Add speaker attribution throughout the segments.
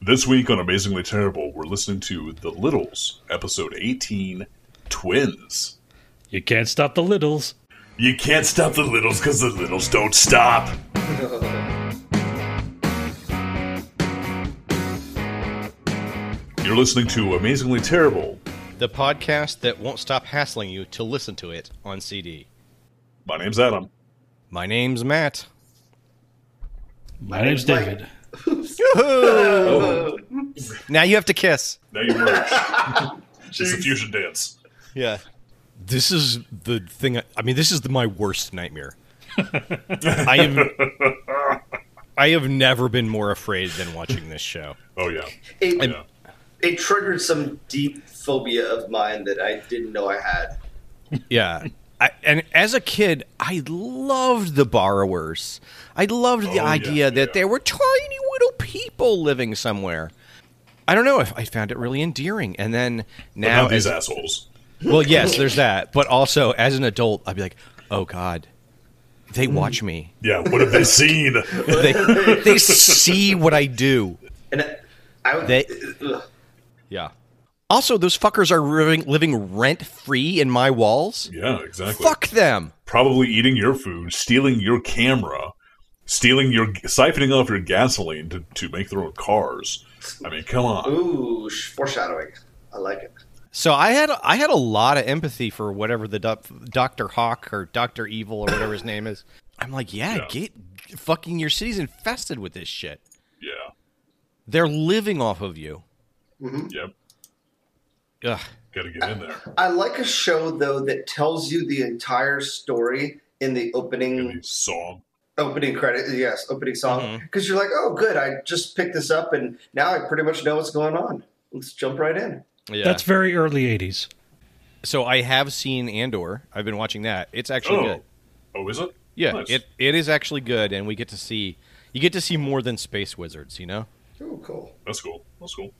Speaker 1: This week on Amazingly Terrible, we're listening to The Littles, episode 18 Twins.
Speaker 2: You can't stop the littles.
Speaker 1: You can't stop the littles because the littles don't stop. You're listening to Amazingly Terrible.
Speaker 3: The podcast that won't stop hassling you to listen to it on CD.
Speaker 1: My name's Adam.
Speaker 3: My name's Matt.
Speaker 2: My, name's David.
Speaker 3: Now you have to kiss.
Speaker 1: Now you merge. it's a fusion dance.
Speaker 3: Yeah. This is the thing. I, I mean, this is the, my worst nightmare. I am. I have never been more afraid than watching this show.
Speaker 1: Oh, yeah.
Speaker 4: It,
Speaker 1: Yeah.
Speaker 4: it triggered some deep phobia of mine that I didn't know I had.
Speaker 3: Yeah. I, and as a kid, I loved the borrowers. I loved the
Speaker 1: Oh, yeah,
Speaker 3: idea that
Speaker 1: yeah.
Speaker 3: there were tiny little people living somewhere. I don't know if I found it really endearing. And then now,
Speaker 1: Now these
Speaker 3: as-
Speaker 1: assholes.
Speaker 3: well, yes, there's that. But also, as an adult, I'd be like, oh God, they watch me.
Speaker 1: Yeah, what have they seen?
Speaker 3: They, they see what I do.
Speaker 4: And I- I would.
Speaker 3: They-
Speaker 4: ugh.
Speaker 3: Yeah. Also, those fuckers are living, living rent free in my walls.
Speaker 1: yeah, exactly.
Speaker 3: Fuck them.
Speaker 1: probably eating your food, stealing your camera, stealing your siphoning off your gasoline to, to make their own cars. I mean, come on.
Speaker 4: Ooh, sh- foreshadowing. I like it.
Speaker 3: So I had I had a lot of empathy for whatever the doc, Doctor Hawk or Doctor Evil or whatever his name is. I'm like, yeah,
Speaker 1: Yeah.
Speaker 3: get fucking your city's infested with this shit.
Speaker 1: Yeah.
Speaker 3: They're living off of you.
Speaker 1: Yep.
Speaker 3: Ugh.
Speaker 1: Got to get in there.
Speaker 4: I like a show though that tells you the entire story in the
Speaker 1: Any
Speaker 4: opening
Speaker 1: song.
Speaker 4: opening credit. Yes, opening song because you're like, oh, good. I just picked this up and now I pretty much know what's going on. Let's jump right in.
Speaker 3: Yeah.
Speaker 2: That's very early 80s.
Speaker 3: so I have seen Andor. I've been watching that. It's actually
Speaker 1: Oh.
Speaker 3: good.
Speaker 1: Oh, is it?
Speaker 3: Yeah,
Speaker 1: Nice.
Speaker 3: it it is actually good, and we get to see you get to see more than space wizards. You know.
Speaker 4: Oh, cool.
Speaker 1: That's cool. That's cool.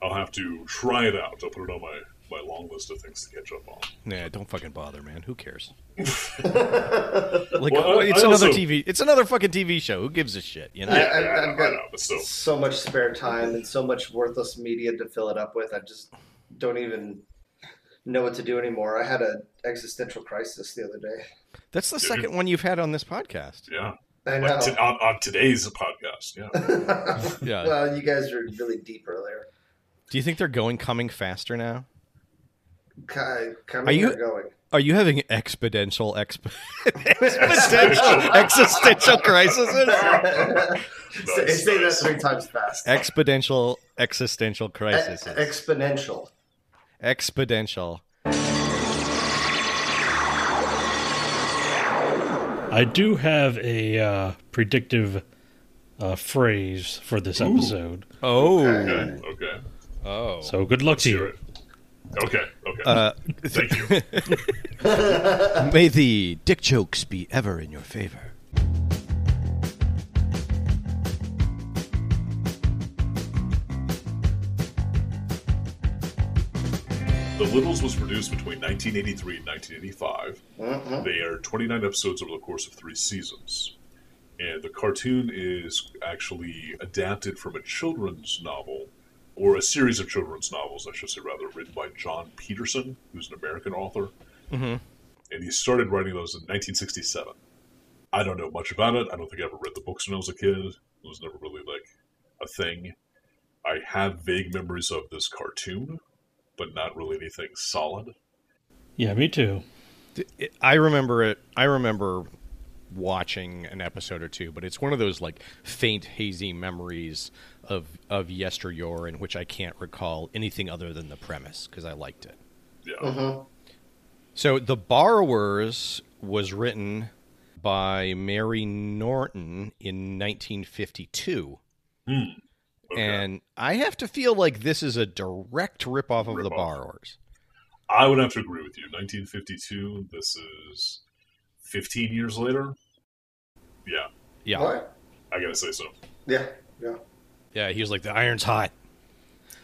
Speaker 1: I'll have to try it out. I'll put it on my, my long list of things to catch up on.
Speaker 3: Nah, don't fucking bother, man. Who cares? like
Speaker 1: Well, I-
Speaker 3: it's
Speaker 1: I
Speaker 3: another
Speaker 1: also-
Speaker 3: TV. It's another fucking TV show. Who gives a shit? You know.
Speaker 4: I-
Speaker 1: Yeah,
Speaker 4: I-
Speaker 1: yeah, I,
Speaker 4: I've
Speaker 1: know,
Speaker 4: got-
Speaker 1: I know, but still.
Speaker 4: So much spare time and so much worthless media to fill it up with. I just don't even know what to do anymore. I had an existential crisis the other day.
Speaker 3: That's the second one you've had on this podcast.
Speaker 1: Yeah.
Speaker 4: I know.
Speaker 1: Like to- on, on today's podcast. Yeah.
Speaker 3: Yeah.
Speaker 4: well, you guys were really deep earlier.
Speaker 3: Do you think they're going coming faster now?
Speaker 4: Ki- Coming
Speaker 3: Are you-
Speaker 4: or going?
Speaker 3: Are you having exponential exp- exponential existential crises?
Speaker 4: Say,
Speaker 1: Nice,
Speaker 4: say
Speaker 1: nice.
Speaker 4: that three times fast.
Speaker 3: Exponential existential
Speaker 4: E-
Speaker 3: crises.
Speaker 4: exponential.
Speaker 3: exponential.
Speaker 2: I do have a uh, predictive uh, phrase for this episode.
Speaker 3: Oh.
Speaker 1: Okay. Okay.
Speaker 3: Oh.
Speaker 2: So good luck to
Speaker 1: Do
Speaker 2: you.
Speaker 1: it. Okay. Okay. Thank you.
Speaker 3: May the dick jokes be ever in your favor.
Speaker 1: The Littles was produced between 1983 and 1985. They aired 29 episodes over the course of three seasons. And the cartoon is actually adapted from a children's novel, or a series of children's novels, I should say, rather, written by John Peterson, who's an American author. And he started writing those in 1967. I don't know much about it. I don't think I ever read the books when I was a kid. It was never really like a thing. I have vague memories of this cartoon, but not really anything solid.
Speaker 2: Yeah, me too.
Speaker 3: It- I remember it. I remember watching an episode or two, but it's one of those like faint, hazy memories of of yesteryear in which I can't recall anything other than the premise because I liked it.
Speaker 1: Yeah.
Speaker 3: So the borrowers was written by Mary Norton in 1952.
Speaker 1: Hmm. Okay.
Speaker 3: And I have to feel like this is a direct ripoff of the
Speaker 1: Ripoff.
Speaker 3: borrowers.
Speaker 1: I would have to agree with you. 1952, this is 15 years later. Yeah,
Speaker 3: Yeah.
Speaker 4: What?
Speaker 1: I gotta say so.
Speaker 4: Yeah. Yeah.
Speaker 3: Yeah, he was like, the iron's hot.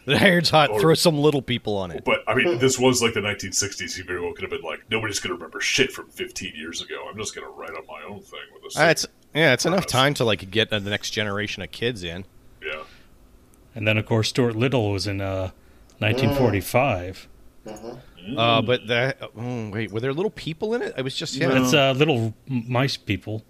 Speaker 3: The iron's hot.
Speaker 1: Or-
Speaker 3: Throw some little people on it.
Speaker 1: But I mean, this was like the 1960s. He very well could have been like, nobody's gonna remember shit from 15 years ago. I'm just gonna write on my own
Speaker 3: Ah,
Speaker 1: thing with this.
Speaker 3: Uh, it's, yeah, it's enough
Speaker 1: Premise.
Speaker 3: time to like get the next generation of kids in.
Speaker 1: yeah.
Speaker 2: And then, of course, Stuart Little was in uh,
Speaker 3: Mm.
Speaker 2: 1945.
Speaker 1: Mm.
Speaker 3: Uh, but that. Oh, wait, were there little people in it? I was just yeah.
Speaker 2: That's uh, Little M- Mice People.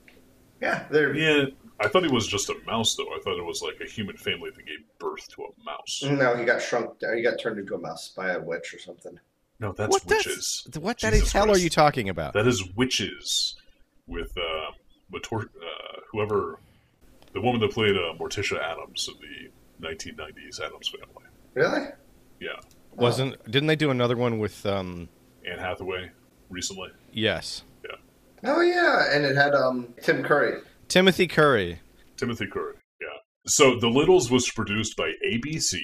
Speaker 4: Yeah, they're
Speaker 1: Yeah, I thought it was just a mouse, though. I thought it was like a human family that gave birth to a mouse.
Speaker 3: Mm.
Speaker 4: no. He got shrunk. down. He got turned into a mouse by a witch or something.
Speaker 1: No, that's
Speaker 3: what
Speaker 1: witches.
Speaker 3: The, what the
Speaker 1: Jesus
Speaker 3: hell
Speaker 1: Christ. Uh,
Speaker 3: are you talking about?
Speaker 1: That is witches with uh, with Tor- uh, whoever the woman that played uh, Morticia Adams in the 1990s Adams Family.
Speaker 4: Really?
Speaker 1: Yeah,
Speaker 3: Wasn't didn't they do another one with um
Speaker 1: Anne Hathaway recently.
Speaker 3: yes.
Speaker 4: Oh yeah, and it had um Tim Curry.
Speaker 3: Timothy Curry.
Speaker 1: Timothy Curry. Yeah. So The Littles was produced by ABC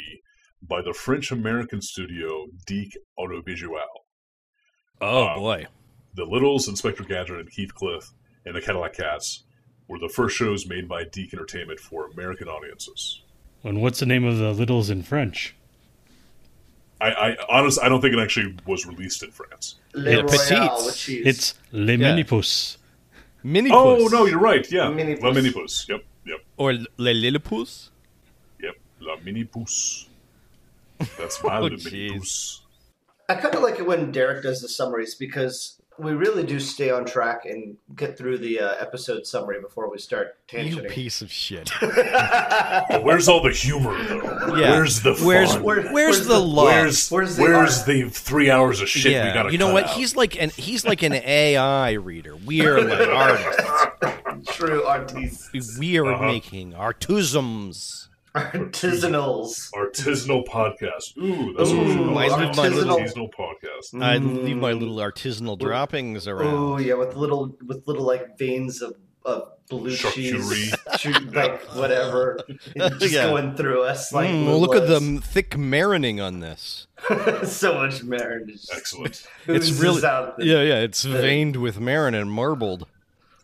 Speaker 1: by the French American studio Deke Audiovisual.
Speaker 3: Oh
Speaker 1: Uh,
Speaker 3: boy.
Speaker 1: The Littles, Inspector Gadget, and Heathcliff, and the Cadillac Cats were the first shows made by Deke Entertainment for American audiences.
Speaker 2: And what's the name of the Littles in French?
Speaker 1: I, I honestly, I don't think it actually was released in France.
Speaker 4: Le Royale
Speaker 3: Petites.
Speaker 4: with cheese.
Speaker 2: It's Le
Speaker 3: Yeah.
Speaker 2: Minipus.
Speaker 3: Mini
Speaker 1: Oh no, you're right. Yeah,
Speaker 4: Minipus.
Speaker 1: La Minipus. Yep, yep,
Speaker 3: or Le Lillipus?
Speaker 1: yep. La Minipus. That's my La
Speaker 3: Oh, jeez.
Speaker 1: Minipus.
Speaker 4: I kind of like it when Derek does the summaries because we really do stay on track and get through the uh, episode summary before we start
Speaker 3: You
Speaker 4: tangenting.
Speaker 3: piece of shit.
Speaker 1: But Oh, where's all the humor though?
Speaker 3: Yeah.
Speaker 1: Where's the
Speaker 3: Where's
Speaker 1: fun?
Speaker 3: where, where's,
Speaker 4: where's
Speaker 3: the,
Speaker 4: the-
Speaker 3: love?
Speaker 1: Where's
Speaker 4: Where's
Speaker 1: where's
Speaker 4: the
Speaker 1: the,
Speaker 4: art?
Speaker 1: three hours of shit we gotta
Speaker 3: you know
Speaker 1: cut
Speaker 3: what?
Speaker 1: out?
Speaker 3: He's like an he's like an AI reader. We are like artists.
Speaker 4: True artis-
Speaker 3: We are
Speaker 1: Uh-huh.
Speaker 3: making artisms.
Speaker 4: artisanals.
Speaker 1: artisanal podcast. Ooh, that's what we should
Speaker 4: Ooh,
Speaker 1: call
Speaker 3: I
Speaker 1: it.
Speaker 3: live my
Speaker 1: artisanal
Speaker 4: little-
Speaker 1: podcast.
Speaker 3: I leave my little artisanal droppings around.
Speaker 4: Oh yeah, with little with little like veins of, of blue cheese, chew- like whatever, and just
Speaker 3: Yeah.
Speaker 4: going through us. Like
Speaker 3: Mm,
Speaker 4: little
Speaker 3: look at the
Speaker 4: us.
Speaker 3: m- thick marining on this.
Speaker 4: so much marinage.
Speaker 1: Excellent.
Speaker 3: It's
Speaker 4: Oozes
Speaker 3: really
Speaker 4: out the
Speaker 3: yeah, yeah. It's veined with marin and marbled.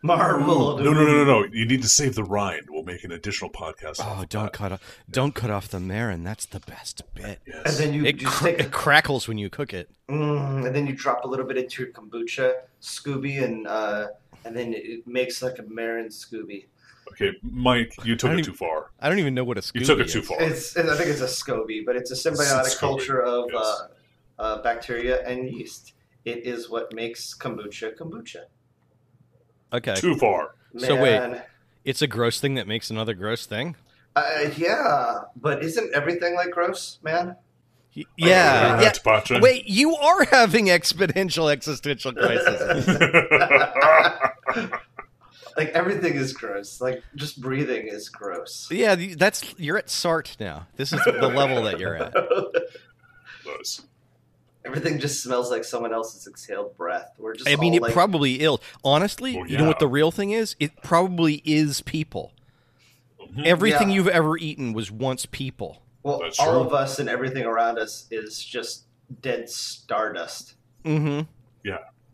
Speaker 4: marbled.
Speaker 1: No, no, no, no, no. You need to save the rind. We'll make an additional podcast.
Speaker 3: Oh,
Speaker 4: Uh,
Speaker 3: don't cut off! Don't cut off the marin. That's the best bit.
Speaker 4: And
Speaker 1: Yes.
Speaker 4: then you
Speaker 3: It,
Speaker 4: just
Speaker 3: cr-
Speaker 4: take a
Speaker 3: it crackles when you cook it.
Speaker 4: Mm, and then you drop a little bit into your kombucha, Scooby, and uh, and then it makes like a Marin Scooby.
Speaker 1: Okay, Mike, you took
Speaker 3: I don't
Speaker 1: it
Speaker 3: even-
Speaker 1: too far.
Speaker 3: I don't even know what a
Speaker 1: You
Speaker 3: Scooby
Speaker 1: took it
Speaker 3: is.
Speaker 1: too far.
Speaker 4: It's I think it's a SCOBY, but it's a symbiotic
Speaker 1: It's a SCOBY,
Speaker 4: culture of
Speaker 1: yes.
Speaker 4: uh, uh, bacteria and yeast. It is what makes kombucha kombucha.
Speaker 3: Okay,
Speaker 1: Too far.
Speaker 3: So wait.
Speaker 4: Man.
Speaker 3: it's a gross thing that makes another gross thing.
Speaker 4: uh, yeah, but isn't everything like gross, man?
Speaker 3: Y-
Speaker 1: Are we
Speaker 3: Yeah,
Speaker 1: at Pacha?
Speaker 3: yeah. Wait, you are having exponential existential crisis.
Speaker 4: Like everything is gross. Like just breathing is gross.
Speaker 3: yeah, th- that's you're at Sart now. This is the level that you're at.
Speaker 1: Nice.
Speaker 4: Everything just smells like someone else's exhaled breath. We're just
Speaker 3: I mean,
Speaker 4: all,
Speaker 3: it
Speaker 4: like,
Speaker 3: probably ill. Honestly,
Speaker 1: Well,
Speaker 3: you know what
Speaker 1: yeah.
Speaker 3: the real thing is? It probably is people. Everything
Speaker 4: Yeah.
Speaker 3: you've ever eaten was once people.
Speaker 4: Well,
Speaker 1: That's true.
Speaker 4: all of us and everything around us is just dead stardust.
Speaker 3: Mm-hmm.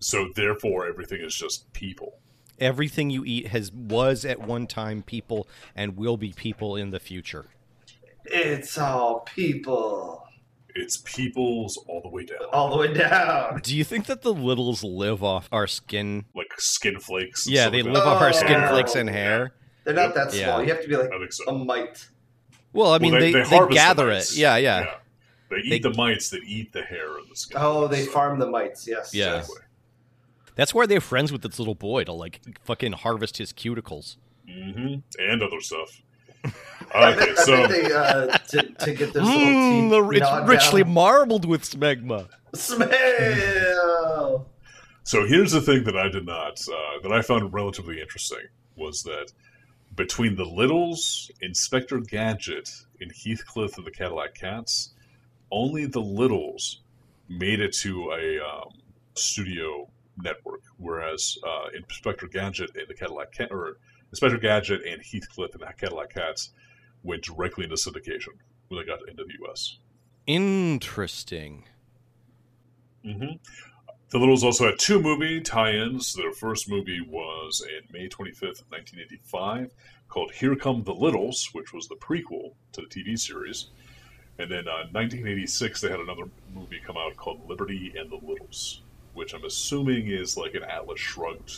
Speaker 1: So therefore, everything is just people.
Speaker 3: Everything you eat has was at one time people and will be people in the future.
Speaker 4: It's all people,
Speaker 1: It's peoples all the way down,
Speaker 4: all the way down.
Speaker 3: Do you think that the littles live off our skin?
Speaker 1: like skin flakes. and
Speaker 3: Yeah,
Speaker 1: stuff
Speaker 3: they
Speaker 1: like
Speaker 3: live off our skin
Speaker 4: Oh.
Speaker 3: flakes and hair.
Speaker 4: They're not that
Speaker 3: Yeah.
Speaker 4: small. You have to be like
Speaker 1: that. I think so.
Speaker 4: a mite.
Speaker 3: Well, I mean,
Speaker 1: Well,
Speaker 3: they, they,
Speaker 1: harvest the
Speaker 3: gather it.
Speaker 1: mites.
Speaker 3: Yeah, yeah,
Speaker 1: They eat
Speaker 3: They-
Speaker 1: the mites that eat the hair and the skin.
Speaker 4: Oh, they
Speaker 1: So,
Speaker 4: farm the mites. Yes.
Speaker 3: Yeah.
Speaker 1: Exactly.
Speaker 3: That's why they're friends with this little boy to like fucking harvest his cuticles.
Speaker 1: hmm And other stuff.
Speaker 4: I
Speaker 1: Okay,
Speaker 4: think, I
Speaker 1: so
Speaker 4: think they uh, to, to get those
Speaker 3: Mm,
Speaker 4: little
Speaker 3: the-
Speaker 4: teeth gnawed
Speaker 3: it's richly
Speaker 4: down.
Speaker 3: marbled with smegma.
Speaker 4: smell.
Speaker 1: so here's the thing that I did not uh, that I found relatively interesting was that between the Littles, Inspector Gadget, and Heathcliff and the Cadillac Cats, only the Littles made it to a um, studio network, whereas uh, Inspector Gadget and the Cadillac Cat or Inspector Gadget and Heathcliff and the Cadillac Cats went directly into syndication when they got into the U.S.
Speaker 3: Interesting.
Speaker 1: hmm The Littles also had two movie tie-ins. Their first movie was in May 25th, 1985, called Here Come the Littles, which was the prequel to the TV series. And then uh, 1986, they had another movie come out called Liberty and the Littles, which I'm assuming is like an Atlas Shrugged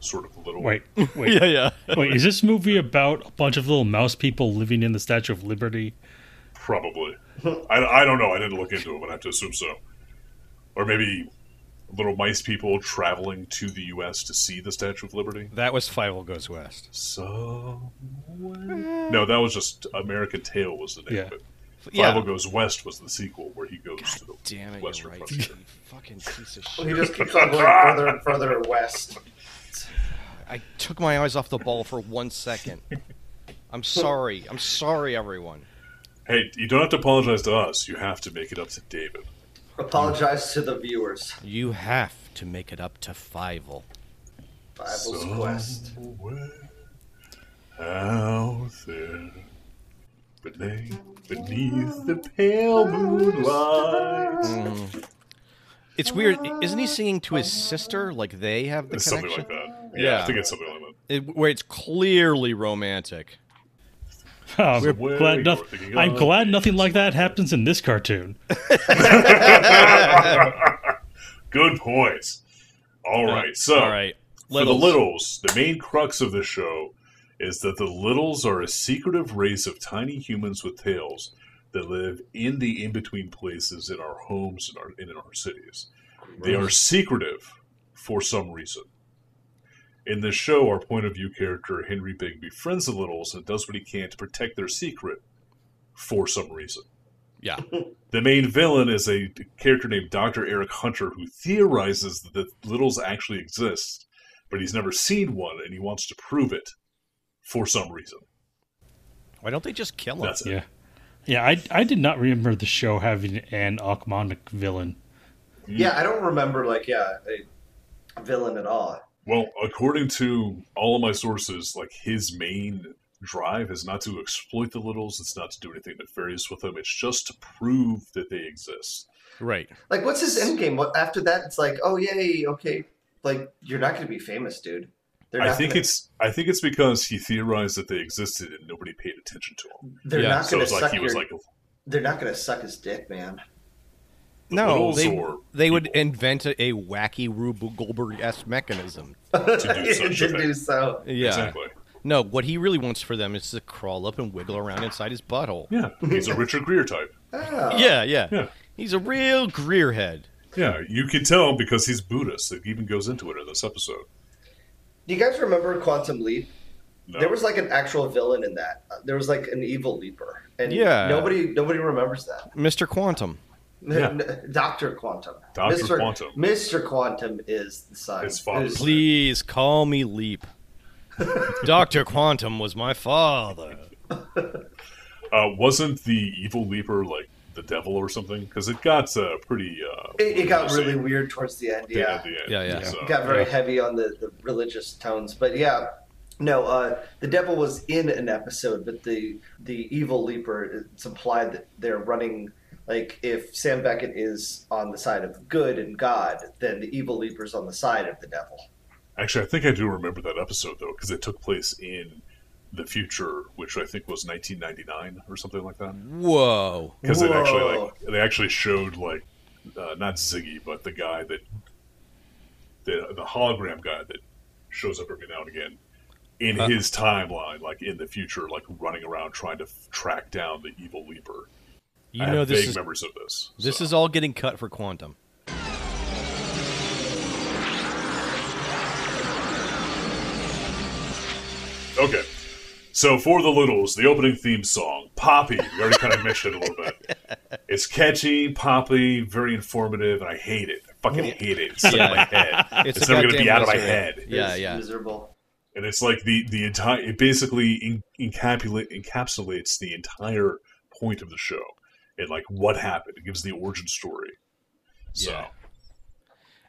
Speaker 1: sort of little.
Speaker 2: Wait, wait,
Speaker 3: Yeah, yeah.
Speaker 2: wait. Is this movie about a bunch of little mouse people living in the Statue of Liberty?
Speaker 1: Probably. I, I don't know. I didn't look into it, but I have to assume so. Or maybe little mice people traveling to the U.S. to see the Statue of Liberty.
Speaker 3: That was Fievel Goes West.
Speaker 1: So. No, that was just American Tail was the name
Speaker 2: Yeah.
Speaker 1: of it.
Speaker 3: Yeah.
Speaker 1: Fievel Goes West was the sequel where he goes to the
Speaker 3: Damn it,
Speaker 1: western
Speaker 3: you're right.
Speaker 1: frontier.
Speaker 3: you fucking piece of
Speaker 4: Well, he
Speaker 3: shit.
Speaker 4: just keeps on going further and further west.
Speaker 3: I took my eyes off the ball for one second. I'm sorry. I'm sorry, everyone.
Speaker 1: Hey, you don't have to apologize to us. You have to make it up to David.
Speaker 4: Apologize to the viewers.
Speaker 3: You have to make it up to Fievel.
Speaker 4: Bible's quest.
Speaker 1: Somewhere Out there, beneath, beneath the pale moonlight,
Speaker 3: It's weird. Isn't he singing to his sister? Like they have the
Speaker 1: It's something
Speaker 3: connection?
Speaker 1: like that. Yeah,
Speaker 3: Yeah.
Speaker 1: I think it's something like that.
Speaker 3: It- where it's clearly romantic.
Speaker 2: I'm
Speaker 1: Somewhere
Speaker 2: Oh, glad,
Speaker 1: you're
Speaker 2: noth-
Speaker 1: thinking
Speaker 2: I'm
Speaker 1: of
Speaker 2: glad
Speaker 1: me.
Speaker 2: nothing like that happens in this cartoon.
Speaker 1: Good points. All right, so
Speaker 3: All right.
Speaker 1: for the
Speaker 3: Littles.
Speaker 1: littles, the main crux of the show is that the littles are a secretive race of tiny humans with tails that live in the in-between places in our homes and, our, and in our cities. They are secretive for some reason. In this show, our point of view character Henry Big befriends the littles and does what he can to protect their secret for some reason.
Speaker 3: Yeah.
Speaker 1: The main villain is a character named Dr. Eric Hunter who theorizes that the Littles actually exist, but he's never seen one and he wants to prove it for some reason.
Speaker 3: Why don't they just kill him?
Speaker 1: That's it.
Speaker 2: Yeah. Yeah, I, I did not remember the show having an Achmonic villain.
Speaker 4: Yeah, I don't remember like yeah a villain at all.
Speaker 1: Well, according to all of my sources, like his main drive is not to exploit the Littles, it's not to do anything nefarious with them, it's just to prove that they exist.
Speaker 3: Right.
Speaker 4: Like, what's his end game? What after that? It's like, oh yay, okay. Like, you're not going to be famous, dude. They're
Speaker 1: I
Speaker 4: not
Speaker 1: think
Speaker 4: gonna,
Speaker 1: it's I think it's because he theorized that they existed and nobody paid attention to him.
Speaker 4: they're
Speaker 3: yeah,
Speaker 4: not
Speaker 1: So
Speaker 4: going
Speaker 1: it's
Speaker 4: to
Speaker 1: like
Speaker 4: suck
Speaker 1: he was
Speaker 4: your-
Speaker 1: like
Speaker 4: They're not going to suck his dick, man.
Speaker 3: No,
Speaker 1: Littles
Speaker 3: they,
Speaker 1: or
Speaker 3: they would
Speaker 1: people.
Speaker 3: invent a, a wacky Rube Goldberg esque mechanism.
Speaker 1: to do
Speaker 4: to
Speaker 1: such a thing.
Speaker 4: do so.
Speaker 3: Yeah.
Speaker 1: Exactly.
Speaker 3: No, what he really wants for them is to crawl up and wiggle around inside his butthole.
Speaker 1: Yeah, he's a Richard Greer type.
Speaker 4: Oh.
Speaker 3: Yeah, yeah.
Speaker 1: Yeah.
Speaker 3: He's a real Greer head.
Speaker 1: Yeah, you can tell because he's Buddhist. It even goes into it in this episode.
Speaker 4: Do you guys remember Quantum Leap?
Speaker 1: No.
Speaker 4: There was like an actual villain in that. Uh, There was like an evil leaper, and
Speaker 3: Yeah.
Speaker 4: nobody nobody remembers that.
Speaker 3: Mr. Quantum.
Speaker 1: Yeah.
Speaker 4: Doctor Quantum,
Speaker 1: Dr. Quantum.
Speaker 4: Mister Quantum is the son.
Speaker 1: His father.
Speaker 4: who's-
Speaker 3: Please call me Leap. Dr. Quantum was my father.
Speaker 1: uh, wasn't the evil leaper like the devil or something? Because it got uh, pretty. Uh,
Speaker 4: It, it got
Speaker 1: Lucy
Speaker 4: really weird towards the end.
Speaker 1: at the-
Speaker 4: Yeah,
Speaker 1: at the end,
Speaker 3: Yeah, yeah.
Speaker 1: so-
Speaker 4: It got very heavy on the, the religious tones, but yeah, no. Uh, the devil was in an episode, but the the evil leaper. It's implied that they're running. Like if Sam Beckett is on the side of good and God, then the evil leaper's on the side of the devil.
Speaker 1: Actually, I think I do remember that episode though, because it took place in the future, which I think was 1999 or something like that.
Speaker 3: Whoa.
Speaker 1: Because it actually
Speaker 4: Whoa.
Speaker 1: like they actually showed like uh, not Ziggy, but the guy that the the hologram guy that shows up every now and again in
Speaker 3: Uh.
Speaker 1: his timeline, like in the future, like running around trying to f- track down the evil leaper.
Speaker 3: You
Speaker 1: I
Speaker 3: know
Speaker 1: have
Speaker 3: this
Speaker 1: vague
Speaker 3: is
Speaker 1: memories of this.
Speaker 3: this
Speaker 1: so.
Speaker 3: is all getting cut for Quantum.
Speaker 1: okay. So for the Littles, the opening theme song, Poppy. We already kind of mentioned it a little bit. It's catchy, poppy, very informative, and I hate it. I fucking hate it. It's stuck in
Speaker 3: Yeah.
Speaker 1: my head. It's,
Speaker 3: a
Speaker 1: never going to
Speaker 3: goddamn
Speaker 1: be out of my
Speaker 3: wizard.
Speaker 1: head.
Speaker 3: Yeah,
Speaker 4: It's
Speaker 3: yeah.
Speaker 4: Miserable.
Speaker 1: and it's like the the entire it basically in, encapsulate, encapsulates the entire point of the show and like what happened it gives the origin story so
Speaker 3: Yeah.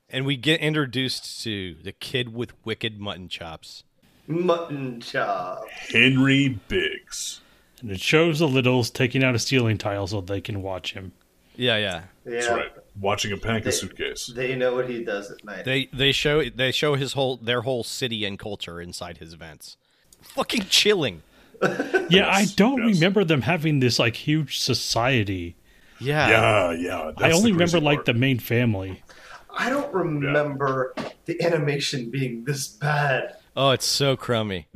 Speaker 3: And we get introduced to the kid with wicked mutton chops.
Speaker 4: Mutton chop.
Speaker 1: henry biggs
Speaker 2: And it shows the Littles taking out a ceiling tile so they can watch him.
Speaker 3: Yeah, yeah.
Speaker 4: Yeah.
Speaker 1: that's right watching him pack
Speaker 4: They-
Speaker 1: a suitcase
Speaker 4: They know what he does at night.
Speaker 3: They they show they show his whole their whole city and culture inside his vents. Fucking chilling.
Speaker 2: Yeah, I don't
Speaker 1: yes.
Speaker 2: remember them having this like huge society.
Speaker 3: Yeah.
Speaker 1: yeah yeah that's
Speaker 2: I
Speaker 1: the
Speaker 2: only
Speaker 1: crazy
Speaker 2: remember like
Speaker 1: part.
Speaker 2: the main family.
Speaker 4: I don't remember the animation being this bad.
Speaker 3: Oh, it's so crummy.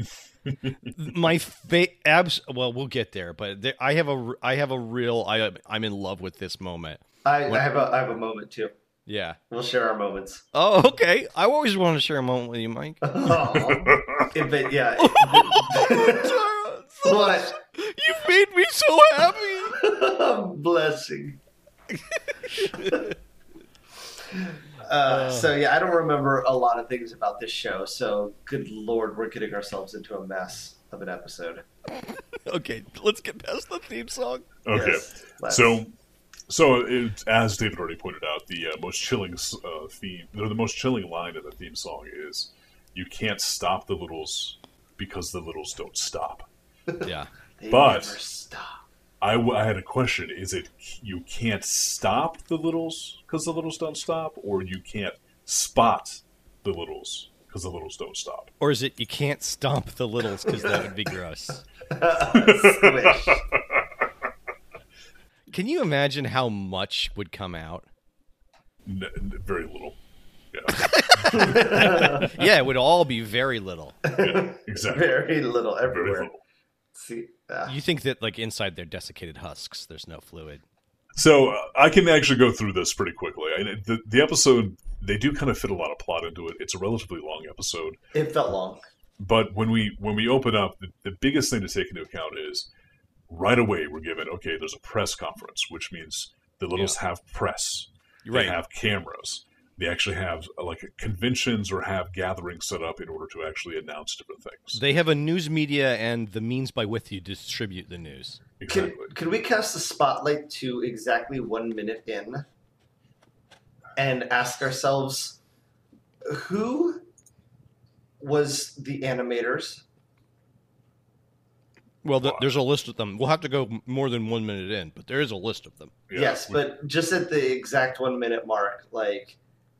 Speaker 3: my fa- abs. Well, we'll get there, but there, I have a r- I have a real I am- I'm in love with this moment.
Speaker 4: I, I have a I have a moment too.
Speaker 3: Yeah.
Speaker 4: We'll share our moments.
Speaker 3: Oh, okay. I always want to share a moment with you, Mike.
Speaker 4: Oh, Yeah, but yeah,
Speaker 3: what?
Speaker 4: What?
Speaker 3: You made me so happy.
Speaker 4: blessing. uh, so yeah, I don't remember a lot of things about this show. So good lord, we're getting ourselves into a mess of an episode.
Speaker 3: Okay, let's get past the theme song.
Speaker 1: Okay.
Speaker 4: Yes, let's-
Speaker 1: So, so it, as David already pointed out, the uh, most chilling s- uh, theme, or the most chilling line of the theme song is, "You can't stop the littles because the littles don't stop."
Speaker 3: Yeah.
Speaker 4: They
Speaker 1: but-
Speaker 4: never stop.
Speaker 1: I, w- I had a question: Is it you can't stop the littles because the littles don't stop, or you can't spot the littles because the littles don't stop?
Speaker 3: Or is it you can't stomp the littles because that would be gross?
Speaker 4: Squish.
Speaker 3: Can you imagine how much would come out?
Speaker 1: N- n- very little. Yeah,
Speaker 3: Yeah, it would all be very little.
Speaker 1: yeah, exactly.
Speaker 4: Very little
Speaker 1: Very
Speaker 4: everywhere.
Speaker 1: little.
Speaker 4: See, ah,
Speaker 3: You think that like inside their desiccated husks, there's no fluid.
Speaker 1: So uh, I can actually go through this pretty quickly. And it- the, the episode, they do kind of fit a lot of plot into it. It's a relatively long episode,
Speaker 4: it felt long.
Speaker 1: but when we when we open up, the, the biggest thing to take into account is right away we're given okay, there's a press conference, which means the littles have press,
Speaker 3: Right.
Speaker 1: They have cameras. They actually have uh, like conventions or have gatherings set up in order to actually announce different things.
Speaker 3: They have a news media and the means by which you distribute the news.
Speaker 4: Can,
Speaker 1: Exactly.
Speaker 4: can we cast the spotlight to exactly one minute in and ask ourselves who was the animators?
Speaker 3: Well, th
Speaker 1: Why?
Speaker 3: there's a list of them. We'll have to go m- more than one minute in, but there is a list of them.
Speaker 1: Yeah,
Speaker 4: yes,
Speaker 1: we-
Speaker 4: but just at the exact one minute mark, like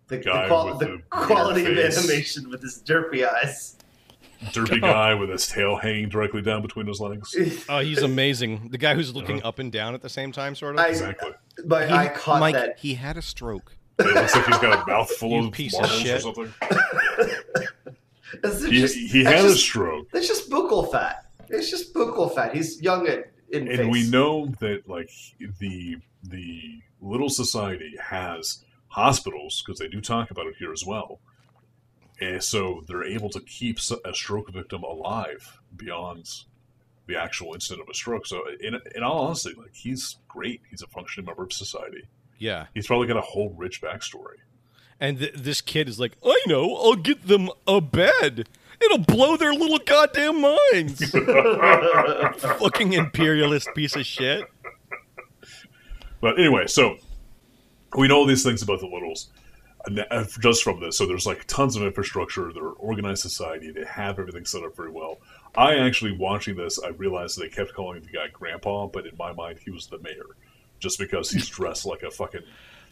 Speaker 4: the, the,
Speaker 1: Guy
Speaker 4: qual-
Speaker 1: with
Speaker 4: the
Speaker 1: the weird
Speaker 4: quality of
Speaker 1: face.
Speaker 4: animation with his derpy eyes.
Speaker 1: derpy guy with his tail hanging directly down between his legs.
Speaker 3: Oh, he's amazing. The guy who's
Speaker 1: Uh-huh.
Speaker 3: looking up and down at the same time, sort of.
Speaker 4: I,
Speaker 1: Exactly.
Speaker 4: but I caught
Speaker 3: Mike,
Speaker 4: that.
Speaker 3: he had a stroke.
Speaker 1: It looks like he's got a
Speaker 3: You
Speaker 1: mouthful of
Speaker 3: piece of
Speaker 1: marbles or
Speaker 3: shit.
Speaker 1: something.
Speaker 4: That's
Speaker 1: He,
Speaker 4: just-
Speaker 1: he
Speaker 4: that's
Speaker 1: had a
Speaker 4: just-
Speaker 1: stroke,
Speaker 4: That's just buccal fat. It's just buccal fat. He's young and in
Speaker 1: and
Speaker 4: face.
Speaker 1: we know that like the the little society has hospitals because they do talk about it here as well, and so they're able to keep s- a stroke victim alive beyond the actual incident of a stroke. So, in in all honesty, like he's great. He's a functioning member of society.
Speaker 3: Yeah,
Speaker 1: He's probably got a whole rich backstory.
Speaker 3: and th- this kid is like, I know. I'll get them a bed. It'll blow their little goddamn minds. Fucking imperialist piece of shit.
Speaker 1: But anyway, so we know all these things about the Littles and that- uh, just from this. So there's like tons of infrastructure. They're an organized society. They have everything set up very well. I actually watching this, I realized they kept calling the guy Grandpa, but in my mind, he was the mayor, just because he's dressed like a fucking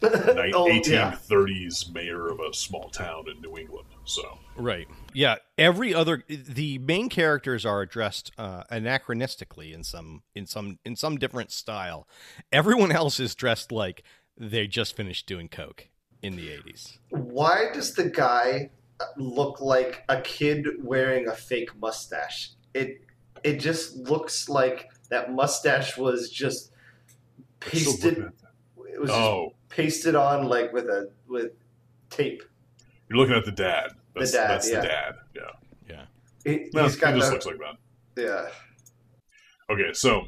Speaker 1: ni-
Speaker 4: Oh, yeah.
Speaker 1: 1830s mayor of a small town in New England. So
Speaker 3: Right. Yeah. Every other the main characters are addressed uh, anachronistically in some in some in some different style. Everyone else is dressed like they just finished doing coke in the eighties.
Speaker 4: Why does the guy look like a kid wearing a fake mustache? It it just looks like that mustache was just
Speaker 1: I'm still looking
Speaker 4: pasted.
Speaker 1: at that.
Speaker 4: It was just
Speaker 1: Oh,
Speaker 4: pasted on like with a with tape.
Speaker 1: you're looking at the dad. That's
Speaker 4: dad,
Speaker 1: That's
Speaker 4: yeah.
Speaker 1: the dad. Yeah.
Speaker 3: Yeah.
Speaker 4: It,
Speaker 1: No,
Speaker 4: he's
Speaker 1: he
Speaker 4: got
Speaker 1: just
Speaker 4: the-
Speaker 1: looks like that.
Speaker 4: yeah.
Speaker 1: Okay, so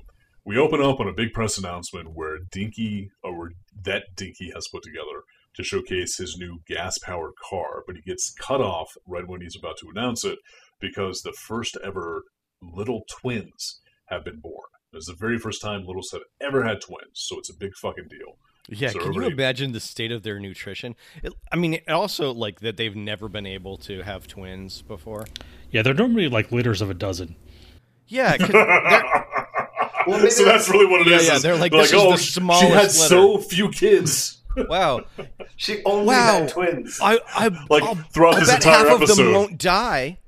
Speaker 1: we open up on a big press announcement where Dinky, or that Dinky, has put together to showcase his new gas powered car, but he gets cut off right when he's about to announce it because the first ever little twins have been born. It's the very first time littles have ever had twins, so it's a big fucking deal.
Speaker 3: Yeah,
Speaker 1: So
Speaker 3: can you
Speaker 1: everybody-
Speaker 3: imagine the state of their nutrition? It, I mean, it also like that they've never been able to have twins before.
Speaker 2: Yeah, they're normally like litters of a dozen.
Speaker 3: Yeah, 'cause they're-
Speaker 4: Well, maybe
Speaker 1: so that's really what it
Speaker 3: Yeah,
Speaker 1: is.
Speaker 3: yeah,
Speaker 1: is oh,
Speaker 3: they're like, this is the smallest
Speaker 1: she had so
Speaker 3: litter."
Speaker 1: few kids.
Speaker 3: wow.
Speaker 4: she only
Speaker 3: Wow.
Speaker 4: had twins.
Speaker 3: I, I
Speaker 1: Like,
Speaker 3: I'll-
Speaker 1: throughout
Speaker 3: I'll
Speaker 1: this
Speaker 3: bet
Speaker 1: entire
Speaker 3: half of
Speaker 1: episode-
Speaker 3: them won't die.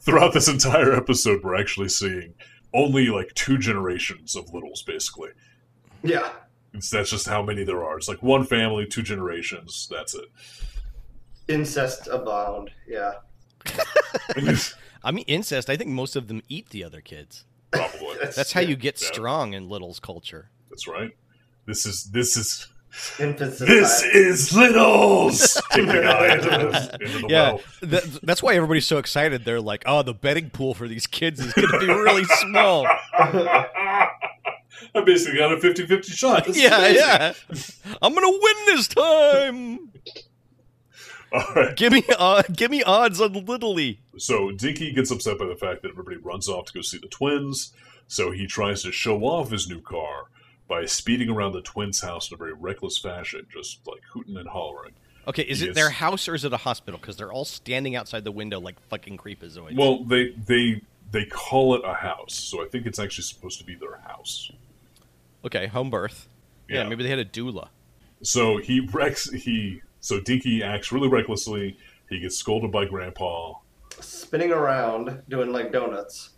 Speaker 1: throughout this entire episode, we're actually seeing only like two generations of littles, basically.
Speaker 4: yeah.
Speaker 1: It's, that's just how many there are. It's like one family, two generations. That's it.
Speaker 4: Incest abound. Yeah.
Speaker 1: And it's-
Speaker 3: I mean, incest. I think most of them eat the other kids.
Speaker 1: Probably.
Speaker 3: That's how you get
Speaker 1: Yeah.
Speaker 3: strong in Little's culture.
Speaker 1: That's right. This is this is
Speaker 4: Emphasis.
Speaker 1: this
Speaker 4: on-
Speaker 1: is Littles. Take the guy into the, into the
Speaker 3: Yeah,
Speaker 1: well.
Speaker 3: that, that's why everybody's so excited. They're like, "Oh, the betting pool for these kids is going to be really small."
Speaker 1: I basically got a 50-50 shot. This is
Speaker 3: yeah,
Speaker 1: amazing.
Speaker 3: yeah. I'm going to win this time.
Speaker 1: All right.
Speaker 3: Give me, uh, give me odds on Littley.
Speaker 1: So Dinky gets upset by the fact that everybody runs off to go see the twins. So he tries to show off his new car by speeding around the twins' house in a very reckless fashion, just like hooting and hollering.
Speaker 3: Okay, is
Speaker 1: Yes.
Speaker 3: it their house or is it a hospital? Because they're all standing outside the window like fucking creepazoids.
Speaker 1: Well, they they they call it a house, so I think it's actually supposed to be their house.
Speaker 3: okay, home birth. Yeah,
Speaker 1: Yeah.
Speaker 3: maybe they had a doula.
Speaker 1: So he wrecks. He so Dinky acts really recklessly. He gets scolded by Grandpa.
Speaker 4: Spinning around, doing like donuts.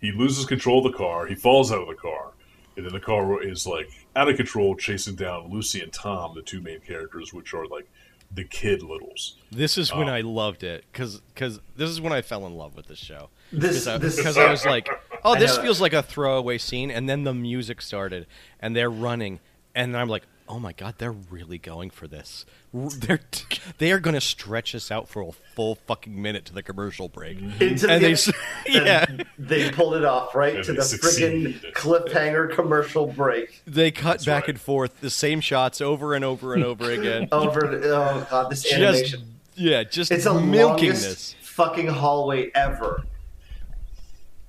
Speaker 1: He loses control of the car. He falls out of the car. And then the car is like out of control, chasing down Lucy and Tom, the two main characters, which are like the kid littles.
Speaker 3: This is when
Speaker 1: Oh.
Speaker 3: I loved it because this is when I fell in love with this show
Speaker 4: This, this
Speaker 3: because I was like, oh,
Speaker 4: I
Speaker 3: this
Speaker 4: know.
Speaker 3: feels like a throwaway scene, and then the music started and they're running, and I'm like, oh my god, they're really going for this. R- They're they are going to stretch us out for a full fucking minute to the commercial break,
Speaker 1: Mm-hmm.
Speaker 4: Into
Speaker 3: and
Speaker 4: the-
Speaker 3: they s-
Speaker 4: and
Speaker 3: yeah
Speaker 4: they pulled it off right
Speaker 1: And
Speaker 4: to
Speaker 1: they
Speaker 4: the
Speaker 1: succeeded.
Speaker 4: friggin' cliffhanger commercial break
Speaker 3: they cut back
Speaker 1: right.
Speaker 3: and forth the same shots over and over and over again.
Speaker 4: over. Oh god, this
Speaker 3: just
Speaker 4: animation.
Speaker 3: yeah, just
Speaker 4: It's the
Speaker 3: milking
Speaker 4: longest
Speaker 3: this.
Speaker 4: fucking hallway ever.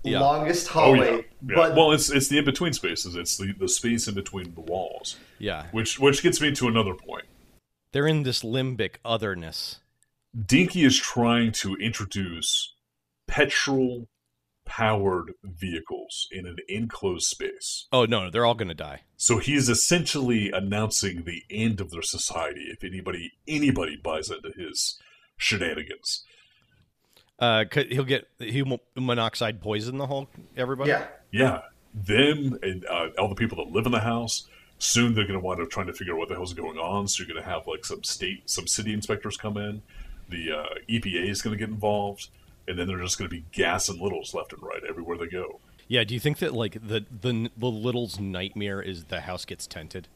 Speaker 3: Yeah.
Speaker 4: Longest hallway,
Speaker 1: Oh, yeah.
Speaker 4: Oh, but
Speaker 1: well, it's it's the in between spaces. It's the, the space in between the walls,
Speaker 3: Yeah,
Speaker 1: which which gets me to another point.
Speaker 3: they're in this limbic otherness.
Speaker 1: Dinky is trying to introduce petrol powered vehicles in an enclosed space.
Speaker 3: Oh no, no, they're all gonna die.
Speaker 1: So he is essentially announcing the end of their society if anybody anybody buys into his shenanigans.
Speaker 3: Uh, 'cause he'll get human monoxide poison the whole everybody.
Speaker 4: yeah,
Speaker 1: Yeah, them and uh, all the people that live in the house. Soon they're going to wind up trying to figure out what the hell's going on. So you're going to have like some state, some city inspectors come in. The uh, EPA is going to get involved, and then they're just going to be gas and littles left and right everywhere they go.
Speaker 3: Yeah. Do you think that like the the the little's nightmare is the house gets tented?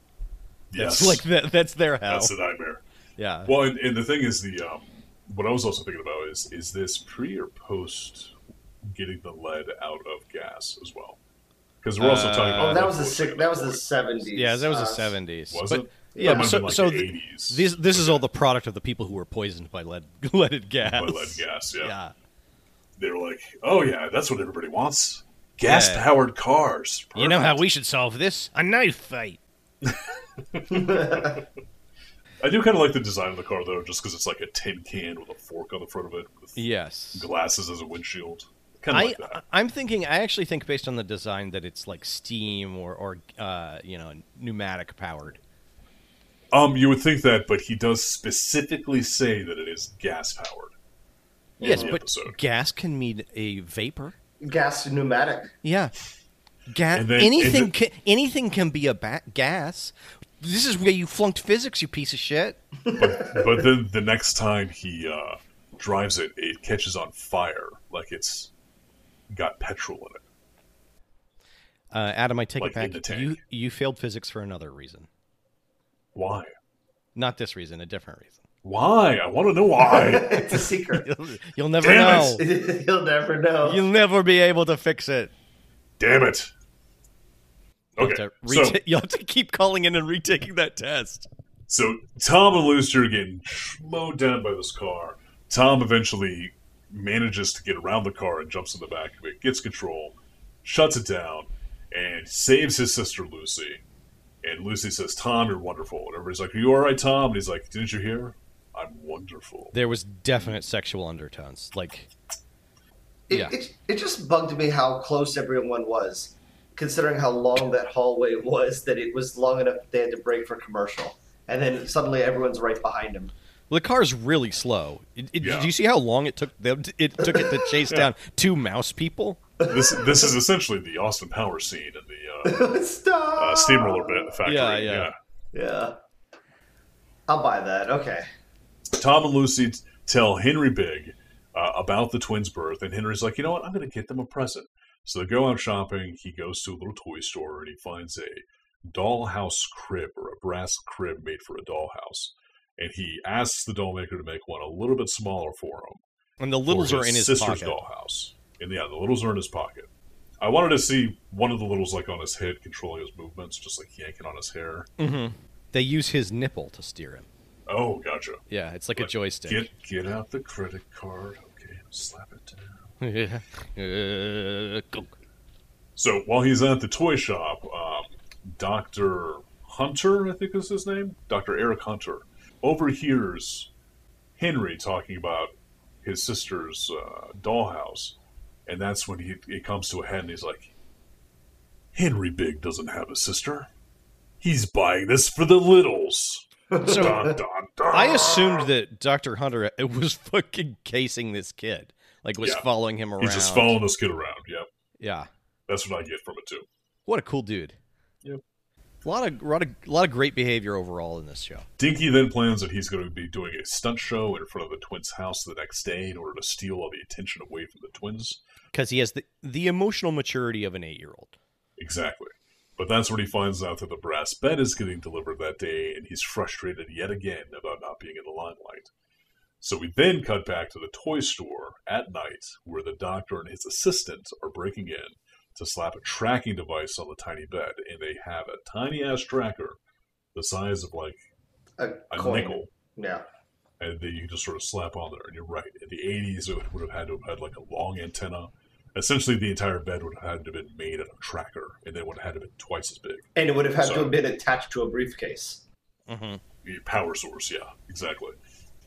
Speaker 1: Yes,
Speaker 3: It's like that. That's their
Speaker 1: that's
Speaker 3: house.
Speaker 1: a nightmare.
Speaker 3: yeah.
Speaker 1: Well, and, and the thing is, the um, what I was also thinking about is is this pre or post getting the lead out of gas as well? Because we're also talking about
Speaker 4: Oh, that was the
Speaker 1: liquid
Speaker 4: six,
Speaker 1: and
Speaker 4: that was the
Speaker 1: liquid.
Speaker 4: seventies. Uh,
Speaker 3: yeah. That was the seventies.
Speaker 1: Was
Speaker 3: but,
Speaker 1: it? That
Speaker 3: Yeah. But
Speaker 1: might've
Speaker 3: so
Speaker 1: been, like,
Speaker 3: so
Speaker 1: the
Speaker 3: th-
Speaker 1: 80s.
Speaker 3: these this is all the product of the people who were poisoned by lead leaded gas.
Speaker 1: By lead gas. Yeah.
Speaker 3: Yeah.
Speaker 1: they were like, "Oh yeah, that's what everybody wants: gas-powered cars."
Speaker 3: You know how
Speaker 1: Perfect.
Speaker 3: we should solve this? A knife fight.
Speaker 1: I do kind of like the design of the car though, just because it's like a tin can with a fork on the front of it, with
Speaker 3: Yes.
Speaker 1: glasses as a windshield. Kind of
Speaker 3: I,
Speaker 1: like that.
Speaker 3: I'm thinking. I actually think, based on the design, that it's like steam or, or uh, you know, pneumatic powered.
Speaker 1: Um, you would think that, but he does specifically say that it is gas-powered.
Speaker 3: Yes,
Speaker 1: the
Speaker 3: but
Speaker 1: episode.
Speaker 3: gas can mean a vapor.
Speaker 4: gas pneumatic.
Speaker 3: Yeah, gas.
Speaker 1: And then-
Speaker 3: anything
Speaker 1: and
Speaker 3: can anything can be a ba- gas. This is where you flunked physics, you piece of shit.
Speaker 1: but then the next time he uh, drives it, it catches on fire, like it's got petrol in it.
Speaker 3: Uh, Adam, I take
Speaker 1: Like
Speaker 3: it back.
Speaker 1: in the tank.
Speaker 3: You you failed physics for another reason,
Speaker 1: Why?
Speaker 3: not this reason, a different reason.
Speaker 1: Why? I want to know why.
Speaker 4: It's a secret.
Speaker 3: You'll never
Speaker 1: Damn
Speaker 3: know.
Speaker 4: You'll never know.
Speaker 3: You'll never be able to fix it.
Speaker 1: Damn it.
Speaker 3: You'll
Speaker 1: Okay.
Speaker 3: have to
Speaker 1: so,
Speaker 3: reta- you'll have to keep calling in and retaking that test.
Speaker 1: So Tom and Lucy are getting mowed down by this car. Tom eventually manages to get around the car and jumps in the back of it, gets control, shuts it down, and saves his sister Lucy. And Lucy says, Tom, you're wonderful. And everybody's like, Are you all right, Tom? And he's like, Didn't you hear? I'm wonderful.
Speaker 3: There was definite sexual undertones, like.
Speaker 4: It,
Speaker 3: Yeah.
Speaker 4: it, it just bugged me how close everyone was, considering how long that hallway was, that it was long enough that they had to break for commercial. And then suddenly everyone's right behind him.
Speaker 3: Well, the car's really slow. It, it,
Speaker 1: Yeah.
Speaker 3: Did you see how long it took them? To, it took it to chase down two mouse people.
Speaker 1: this this is essentially the Austin Power scene in the uh,
Speaker 4: Stop!
Speaker 1: uh, steamroller bit factory.
Speaker 3: Yeah, yeah.
Speaker 4: Yeah. I'll buy that. Okay.
Speaker 1: Tom and Lucy t- tell Henry Big uh, about the twins' birth, and Henry's like, you know what? I'm going to get them a present. So they go out shopping. He goes to a little toy store and he finds a dollhouse crib or a brass crib made for a dollhouse, and he asks the dollmaker to make one a little bit smaller for him.
Speaker 3: And the littles
Speaker 1: for
Speaker 3: are in his
Speaker 1: sister's
Speaker 3: pocket.
Speaker 1: dollhouse. And yeah, the littles are in his pocket. I wanted to see one of the littles like on his head, controlling his movements, just like yanking on his hair.
Speaker 3: They use his nipple to steer him.
Speaker 1: Oh, gotcha.
Speaker 3: Yeah, it's like a
Speaker 1: Like,
Speaker 3: joystick.
Speaker 1: Get get out the credit card. Okay, slap it down.
Speaker 3: Yeah. Uh, go.
Speaker 1: So while he's at the toy shop, um, Dr. Hunter, I think is his name, Dr. Eric Hunter, overhears Henry talking about his sister's uh, dollhouse. And that's when he, it comes to a head and he's like, Henry Big doesn't have a sister. He's buying this for the littles. Dun, dun, dun.
Speaker 3: I assumed that Dr. Hunter it was fucking casing this kid. Like was
Speaker 1: Yeah.
Speaker 3: following him around.
Speaker 1: He's just following this kid around. Yep.
Speaker 3: Yeah.
Speaker 1: That's what I get from it, too.
Speaker 3: What a cool dude.
Speaker 1: Yep.
Speaker 3: A lot of, lot of, lot of great behavior overall in this show.
Speaker 1: Dinky then plans that he's going to be doing a stunt show in front of the twins' house the next day in order to steal all the attention away from the twins.
Speaker 3: Because he has the, the emotional maturity of an eight year old.
Speaker 1: Exactly. But that's when he finds out that the brass bed is getting delivered that day, and he's frustrated yet again about not being in the limelight. So we then cut back to the toy store at night, where the doctor and his assistant are breaking in to slap a tracking device on the tiny bed, and they have a tiny ass tracker the size of like
Speaker 4: A,
Speaker 1: a
Speaker 4: coin.
Speaker 1: nickel.
Speaker 4: Yeah.
Speaker 1: and that you can just sort of slap on there. And you're right. In the 80s, it would have had to have had like a long antenna. Essentially, the entire bed would have had to have been made out of tracker, and then would have had to have been twice as big.
Speaker 4: And it would have had
Speaker 1: So-
Speaker 4: to have been attached to a briefcase.
Speaker 3: Mm-hmm.
Speaker 1: Your power source, yeah, exactly.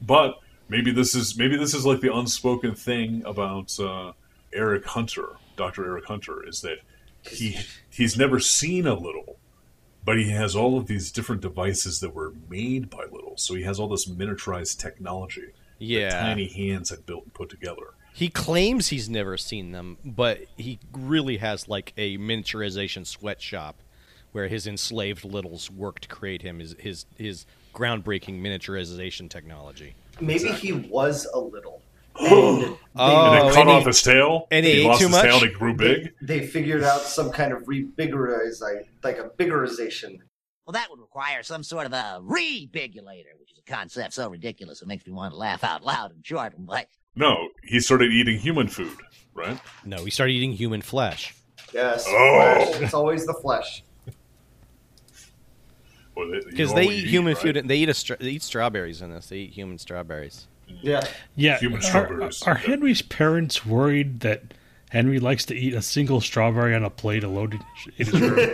Speaker 1: But maybe this is maybe this is like the unspoken thing about uh, Eric Hunter, Doctor Eric Hunter, is that he he's never seen a little, but he has all of these different devices that were made by little. So he has all this miniaturized technology.
Speaker 3: Yeah.
Speaker 1: tiny hands had built and put together.
Speaker 3: He claims he's never seen them, but he really has like a miniaturization sweatshop where his enslaved littles work to create him his his, his groundbreaking miniaturization technology.
Speaker 4: Maybe he was a little. And
Speaker 3: Oh,
Speaker 1: and then cut
Speaker 3: and he-
Speaker 1: off his tail.
Speaker 3: and he ate
Speaker 1: lost
Speaker 3: too
Speaker 1: his
Speaker 3: much?
Speaker 1: tail and it grew big.
Speaker 4: they figured out some kind of rebigorize, like, like a bigorization.
Speaker 5: Well, that would require some sort of a rebigulator, which is a concept so ridiculous it makes me want to laugh out loud and chortle. But
Speaker 1: No, he started eating human food, right?
Speaker 3: No, he started eating human flesh.
Speaker 4: Yes.
Speaker 1: Oh.
Speaker 4: Flesh. It's always the flesh.
Speaker 3: Because they eat human food, and they eat a stra- they eat strawberries in this. They eat human strawberries.
Speaker 4: Yeah.
Speaker 2: Yeah.
Speaker 1: Human
Speaker 2: are,
Speaker 1: strawberries.
Speaker 2: are Henry's parents worried that Henry likes to eat a single strawberry on a plate alone in his- in his room?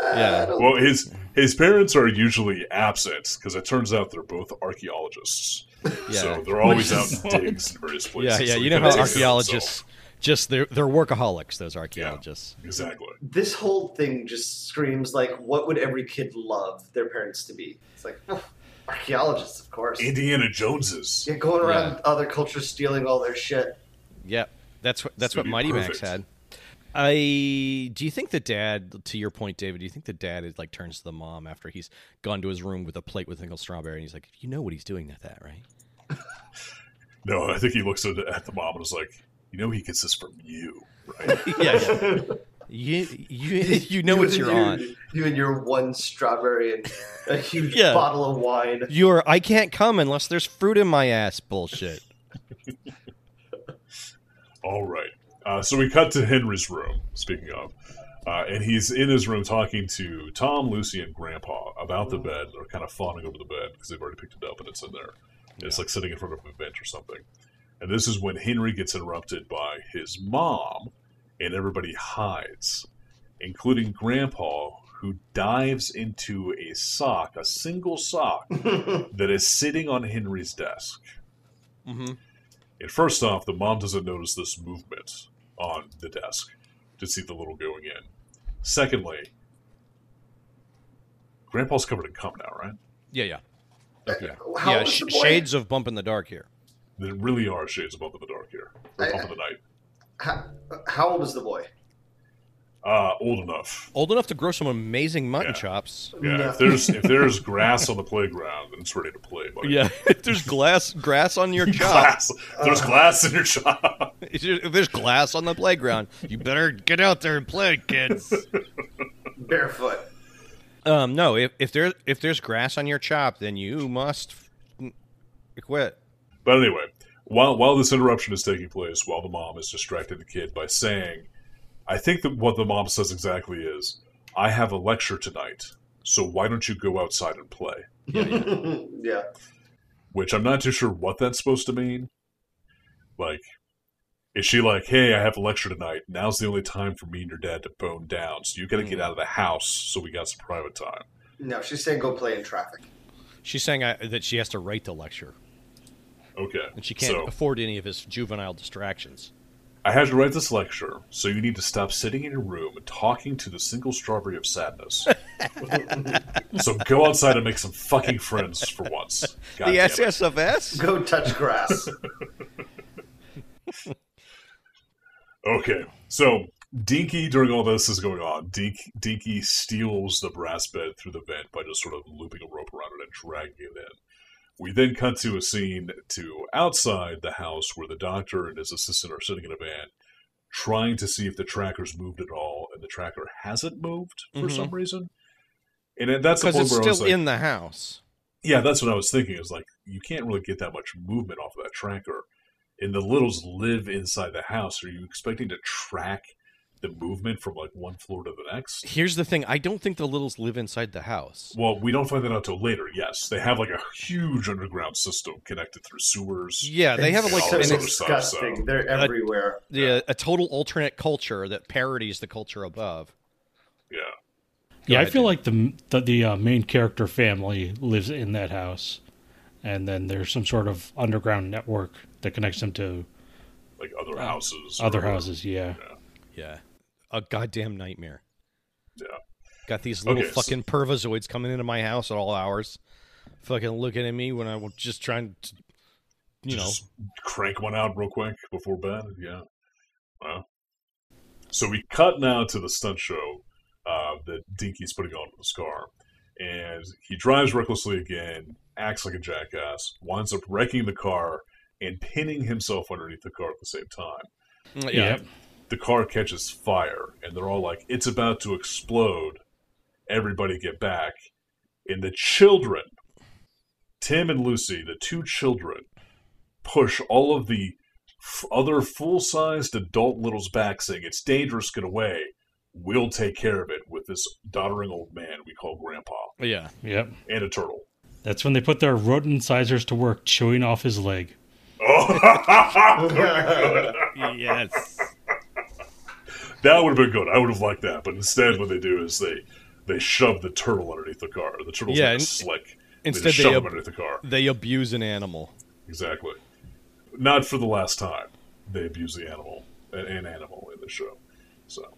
Speaker 3: Yeah,
Speaker 1: Well, his his parents are usually absent because it turns out they're both archaeologists.
Speaker 3: Yeah.
Speaker 1: So they're always
Speaker 2: Which
Speaker 1: out
Speaker 2: is
Speaker 1: in
Speaker 2: what?
Speaker 1: digs in various
Speaker 3: yeah,
Speaker 1: places.
Speaker 3: yeah.
Speaker 1: so
Speaker 3: You
Speaker 1: he
Speaker 3: know
Speaker 1: kinda takes care
Speaker 3: how
Speaker 1: of himself.
Speaker 3: archaeologists just they're they're workaholics. Those archaeologists.
Speaker 1: Exactly.
Speaker 4: This whole thing just screams like, what would every kid love their parents to be? It's like, oh, archaeologists, of course.
Speaker 1: Indiana Joneses.
Speaker 4: Yeah, going around
Speaker 3: Yeah.
Speaker 4: other cultures stealing all their shit.
Speaker 3: Yep. That's what that's
Speaker 1: gonna
Speaker 3: what
Speaker 1: be
Speaker 3: Mighty Max
Speaker 1: perfect.
Speaker 3: had. I do you think the dad to your point, David, do you think the dad is, like turns to the mom after he's gone to his room with a plate with Nickel Strawberry and he's like, You know what he's doing at that, right?
Speaker 1: No, I think he looks at, at the mom and is like, "You know, he gets this from you, right?"
Speaker 3: yeah, yeah. You you you know
Speaker 4: You
Speaker 3: what
Speaker 4: and
Speaker 3: you're
Speaker 4: your-
Speaker 3: on.
Speaker 4: You and your one strawberry and a huge
Speaker 3: Yeah.
Speaker 4: bottle of wine.
Speaker 3: You're I can't come unless there's fruit in my ass bullshit.
Speaker 1: All right. Uh, so we cut to Henry's room, speaking of. Uh, and he's in his room talking to Tom, Lucy, and Grandpa about the bed. They're kind of fawning over the bed because they've already picked it up and it's in there. And It's like sitting in front of a bench or something. And this is when Henry gets interrupted by his mom, and everybody hides, including Grandpa, who dives into a sock, a single sock, that is sitting on Henry's desk.
Speaker 3: Mm-hmm.
Speaker 1: And first off, the mom doesn't notice this movement on the desk to see the little going in. Secondly, Grandpa's covered in cum now, right?
Speaker 3: Yeah, yeah. Yeah.
Speaker 4: How
Speaker 3: yeah,
Speaker 4: is
Speaker 3: sh-
Speaker 4: the boy-
Speaker 3: shades of bump in the dark here.
Speaker 1: There really are shades of Bump in the Dark here. Or
Speaker 4: I-
Speaker 1: Bump in the Night.
Speaker 4: How, how old is the boy?
Speaker 1: Uh, old enough.
Speaker 3: Old enough to grow some amazing mutton
Speaker 1: Yeah.
Speaker 3: chops.
Speaker 1: Yeah,
Speaker 4: No.
Speaker 1: if there's if there's grass on the playground, then it's ready to play. Buddy.
Speaker 3: Yeah, if there's glass grass on your chop,
Speaker 1: glass. If there's glass in your shop.
Speaker 3: if there- if there's glass on the playground, you better get out there and play, kids.
Speaker 4: barefoot.
Speaker 3: um, no, if, if there if there's grass on your chop, then you must f- quit.
Speaker 1: But anyway, while while this interruption is taking place, while the mom is distracting the kid by saying, "I think that what the mom says exactly is, I have a lecture tonight, so why don't you go outside and play?"
Speaker 4: yeah.
Speaker 1: Which I'm not too sure what that's supposed to mean. Like, is she like, "Hey, I have a lecture tonight. Now's the only time for me and your dad to bone down, so you got to
Speaker 3: Hmm.
Speaker 1: get out of the house so we got some private time."
Speaker 4: No, she's saying go play in traffic.
Speaker 3: She's saying I, that she has to write the lecture,
Speaker 1: Okay,
Speaker 3: and she can't
Speaker 1: so-
Speaker 3: afford any of his juvenile distractions.
Speaker 1: I had to write this lecture, so you need to stop sitting in your room and talking to the single strawberry of sadness. so go outside and make some fucking friends for once. God
Speaker 3: the
Speaker 1: damn it.
Speaker 3: SSFS.
Speaker 4: Go touch grass.
Speaker 1: Okay, so Dinky, during all this is going on, Dink, Dinky steals the brass bed through the vent by just sort of looping a rope around it and dragging it in. We then cut to a scene to outside the house where the doctor and his assistant are sitting in a van, trying to see if the tracker's moved at all, and the tracker hasn't moved for
Speaker 3: Mhm.
Speaker 1: some reason. And then that's the
Speaker 3: because
Speaker 1: point
Speaker 3: it's
Speaker 1: where I was
Speaker 3: still
Speaker 1: like,
Speaker 3: in the house.
Speaker 1: yeah, that's what I was thinking. Is like you can't really get that much movement off of that tracker, and the littles live inside the house. Are you expecting to track the movement from like one floor to the next?
Speaker 3: Here's the thing: I don't think the littles live inside the house.
Speaker 1: Well, we don't find that out till later. Yes, they have like a huge underground system connected through sewers.
Speaker 3: Yeah, they have
Speaker 1: It's
Speaker 3: like
Speaker 1: so
Speaker 3: an
Speaker 1: sort
Speaker 3: ex-
Speaker 1: of-
Speaker 4: disgusting. They're everywhere.
Speaker 3: yeah, a total alternate culture that parodies the culture above.
Speaker 1: Yeah,
Speaker 2: yeah, I
Speaker 3: ahead,
Speaker 2: feel
Speaker 3: David.
Speaker 2: like the the, the uh, main character family lives in that house, and then there's some sort of underground network that connects them to
Speaker 1: like other houses.
Speaker 2: other
Speaker 1: or-
Speaker 2: houses. Yeah,
Speaker 3: Yeah, a goddamn nightmare.
Speaker 1: Yeah.
Speaker 3: Got these little
Speaker 1: Okay, so-
Speaker 3: fucking pervazoids coming into my house at all hours, fucking looking at me when I'm just trying to, you know,
Speaker 1: Just crank one out real quick before bed. Yeah. Wow. So we cut now to the stunt show uh, that Dinky's putting on with the scar. And he drives recklessly again, acts like a jackass, winds up wrecking the car and pinning himself underneath the car at the same time.
Speaker 3: yeah.
Speaker 2: Yep.
Speaker 1: The car catches fire, and they're all like, it's about to explode. Everybody get back. And the children, Tim and Lucy, the two children, push all of the f- other full sized adult littles back, saying, it's dangerous, get away. We'll take care of it with this doddering old man we call Grandpa
Speaker 3: yeah.
Speaker 2: yep.
Speaker 1: and a turtle.
Speaker 2: That's when they put their rodent incisors to work, chewing off his leg.
Speaker 3: yes.
Speaker 1: That would have been good. I would have liked that. But instead, what they do is they they shove the turtle underneath the car. The turtle's
Speaker 3: Yeah,
Speaker 1: like
Speaker 3: and-
Speaker 1: slick.
Speaker 3: instead
Speaker 1: they just shove
Speaker 3: they
Speaker 1: him
Speaker 3: ab-
Speaker 1: underneath the car.
Speaker 3: They abuse an animal.
Speaker 1: Exactly. Not for the last time. They abuse the animal, an, an animal in the show. So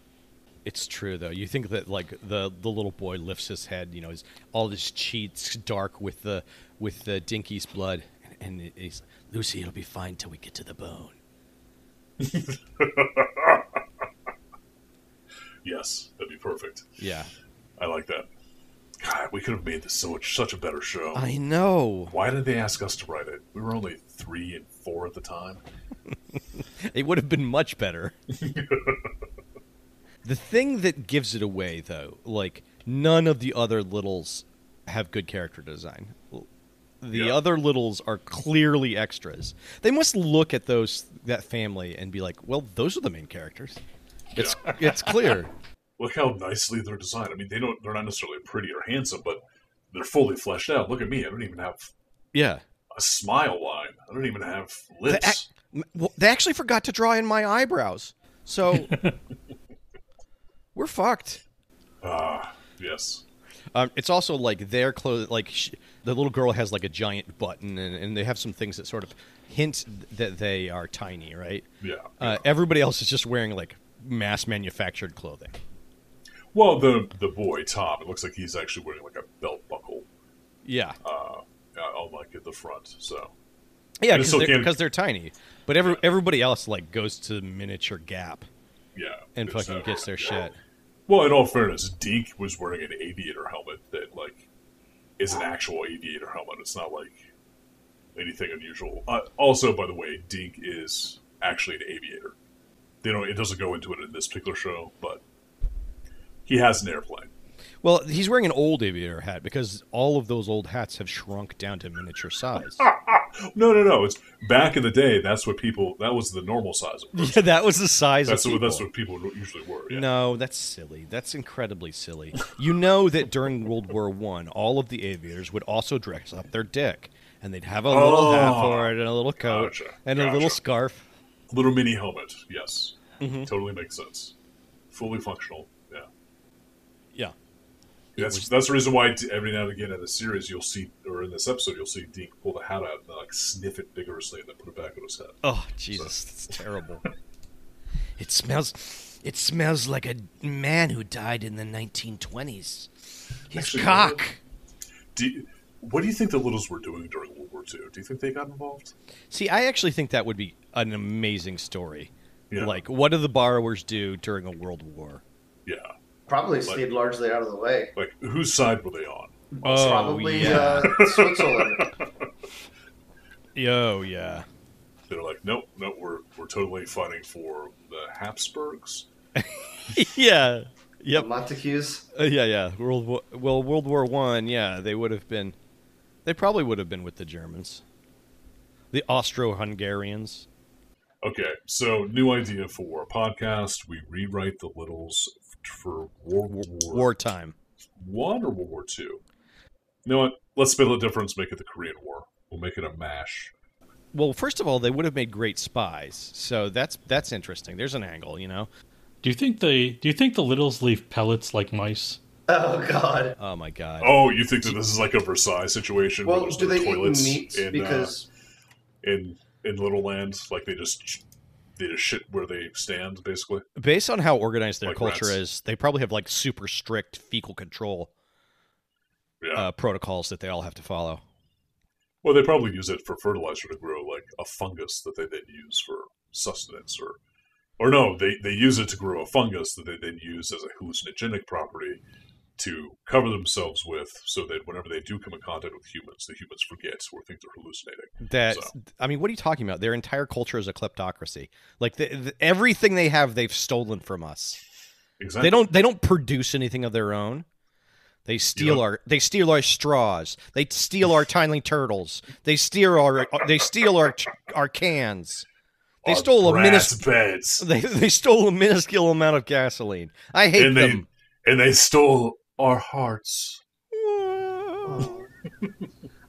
Speaker 3: It's true though. You think that like the the little boy lifts his head, you know, his all his cheeks dark with the with the Dinky's blood, and, and he's Lucy. It'll be fine till we get to the bone.
Speaker 1: yes, that'd be perfect.
Speaker 3: Yeah,
Speaker 1: I like that. God, we could have made this so much such a better show.
Speaker 3: I know.
Speaker 1: Why did they ask us to write it? We were only three and four at the time.
Speaker 3: It would have been much better. the thing that gives it away though, like none of the other littles have good character design. The
Speaker 1: Yeah.
Speaker 3: other littles are clearly extras. They must look at those that family and be like, "Well, those are the main characters." It's it's clear.
Speaker 1: look how nicely they're designed. I mean, they don't—they're not necessarily pretty or handsome, but they're fully fleshed out. Look at me; I don't even have
Speaker 3: Yeah.
Speaker 1: a smile line. I don't even have
Speaker 3: They, ac-
Speaker 1: lips.
Speaker 3: m- well, they actually forgot to draw in my eyebrows. So we're fucked.
Speaker 1: Ah, yes.
Speaker 3: Um, it's also like their clothes, like sh- the little girl has like a giant button, and, and they have some things that sort of hint that they are tiny, right?
Speaker 1: Yeah.
Speaker 3: Uh, everybody else is just wearing like mass manufactured clothing.
Speaker 1: Well, the the boy Tom. It looks like he's actually wearing like a belt buckle
Speaker 3: Yeah.
Speaker 1: uh, on like at the front. So
Speaker 3: yeah,
Speaker 1: but it's
Speaker 3: because
Speaker 1: still
Speaker 3: they're,
Speaker 1: can't-
Speaker 3: 'cause they're tiny. But every, everybody else like goes to miniature Gap
Speaker 1: yeah,
Speaker 3: and
Speaker 1: it's
Speaker 3: fucking
Speaker 1: that-
Speaker 3: gets their
Speaker 1: yeah.
Speaker 3: shit.
Speaker 1: Well, in all fairness, Deke was wearing an aviator helmet that like is an actual aviator helmet. It's not like anything unusual. Uh, also, by the way, Deke is actually an aviator. They don't. It doesn't go into it in this particular show, but he has an airplane.
Speaker 3: Well, he's wearing an old aviator hat because all of those old hats have shrunk down to miniature size.
Speaker 1: Ah! No, no, no. It's back in the day. That's what people. That was the normal size. Of
Speaker 3: yeah, that was the size
Speaker 1: that's
Speaker 3: of
Speaker 1: what,
Speaker 3: people.
Speaker 1: that's what people usually were. Yeah.
Speaker 3: No, that's silly. That's incredibly silly. You know that during World War One, all of the aviators would also dress up their dick, and they'd have a little hat
Speaker 1: Oh.
Speaker 3: for it, and a little coat,
Speaker 1: Gotcha,
Speaker 3: and a little
Speaker 1: gotcha.
Speaker 3: scarf.
Speaker 1: Little mini helmet. Yes, totally makes sense. Fully functional. Yeah.
Speaker 3: Yeah,
Speaker 1: That's that's the reason why d- every now and again in the series you'll see, or in this episode you'll see Deke pull the hat out and like sniff it vigorously and then put it back on his head.
Speaker 3: Oh Jesus, that's terrible. it smells. It smells like a man who died in the 1920s. His
Speaker 1: Actually,
Speaker 3: cock.
Speaker 1: Do you- what do you think the Littles were doing during World War II? Do you think they got involved?
Speaker 3: See, I actually think that would be an amazing story.
Speaker 1: Yeah.
Speaker 3: Like, what do the borrowers do during a world war?
Speaker 1: Yeah,
Speaker 4: Probably stayed largely out of the way.
Speaker 1: like whose side were they on?
Speaker 3: Oh,
Speaker 1: Oh,
Speaker 4: Probably uh, Switzerland.
Speaker 3: Yo, yeah.
Speaker 1: They're like, nope, nope, we're we're totally fighting for the Habsburgs.
Speaker 3: yeah. Yep.
Speaker 4: Montagues.
Speaker 3: Uh, yeah, yeah. World war- well, World War One. Yeah, they would have been. They probably would have been with the Germans, the Austro-Hungarians.
Speaker 1: Okay, so new idea for a podcast: we rewrite the Littles for World War
Speaker 3: Wartime.
Speaker 1: One or World War Two. You know what? Let's spell the difference. Make it the Korean War. We'll make it a mash.
Speaker 3: Well, first of all, they would have made great spies. So that's that's interesting. There's an angle, you know.
Speaker 2: Do you think they? Do you think the littles leave pellets like mice?
Speaker 4: Oh God.
Speaker 3: Oh my god.
Speaker 1: Oh, you think that this is like a Versailles situation? where
Speaker 4: Well,
Speaker 1: there's
Speaker 4: do
Speaker 1: no
Speaker 4: they eat
Speaker 1: toilets
Speaker 4: meat?
Speaker 1: in, uh,
Speaker 4: because
Speaker 1: in in Little Land, like they just they just shit where they stand, basically.
Speaker 3: Based on how organized their
Speaker 1: Oh. Like
Speaker 3: culture
Speaker 1: rats.
Speaker 3: is, they probably have like super strict fecal control
Speaker 1: Yeah.
Speaker 3: uh, protocols that they all have to follow.
Speaker 1: well, they probably use it for fertilizer to grow like a fungus that they then use for sustenance, or or no, they they use it to grow a fungus that they then use as a hallucinogenic property to cover themselves with, so that whenever they do come in contact with humans, the humans forget or think they're hallucinating.
Speaker 3: That
Speaker 1: So-
Speaker 3: I mean, what are you talking about? Their entire culture is a kleptocracy. Like the, the, everything they have, they've stolen from us.
Speaker 1: Exactly.
Speaker 3: They don't they don't produce anything of their own. They steal
Speaker 1: Yeah.
Speaker 3: our they steal our straws. They steal our tiny turtles. They steal our they steal our our cans. They
Speaker 1: Our
Speaker 3: stole a
Speaker 1: brass
Speaker 3: minis-
Speaker 1: beds.
Speaker 3: they, they stole a minuscule amount of gasoline. I hate
Speaker 1: and
Speaker 3: them.
Speaker 1: they and they stole our hearts.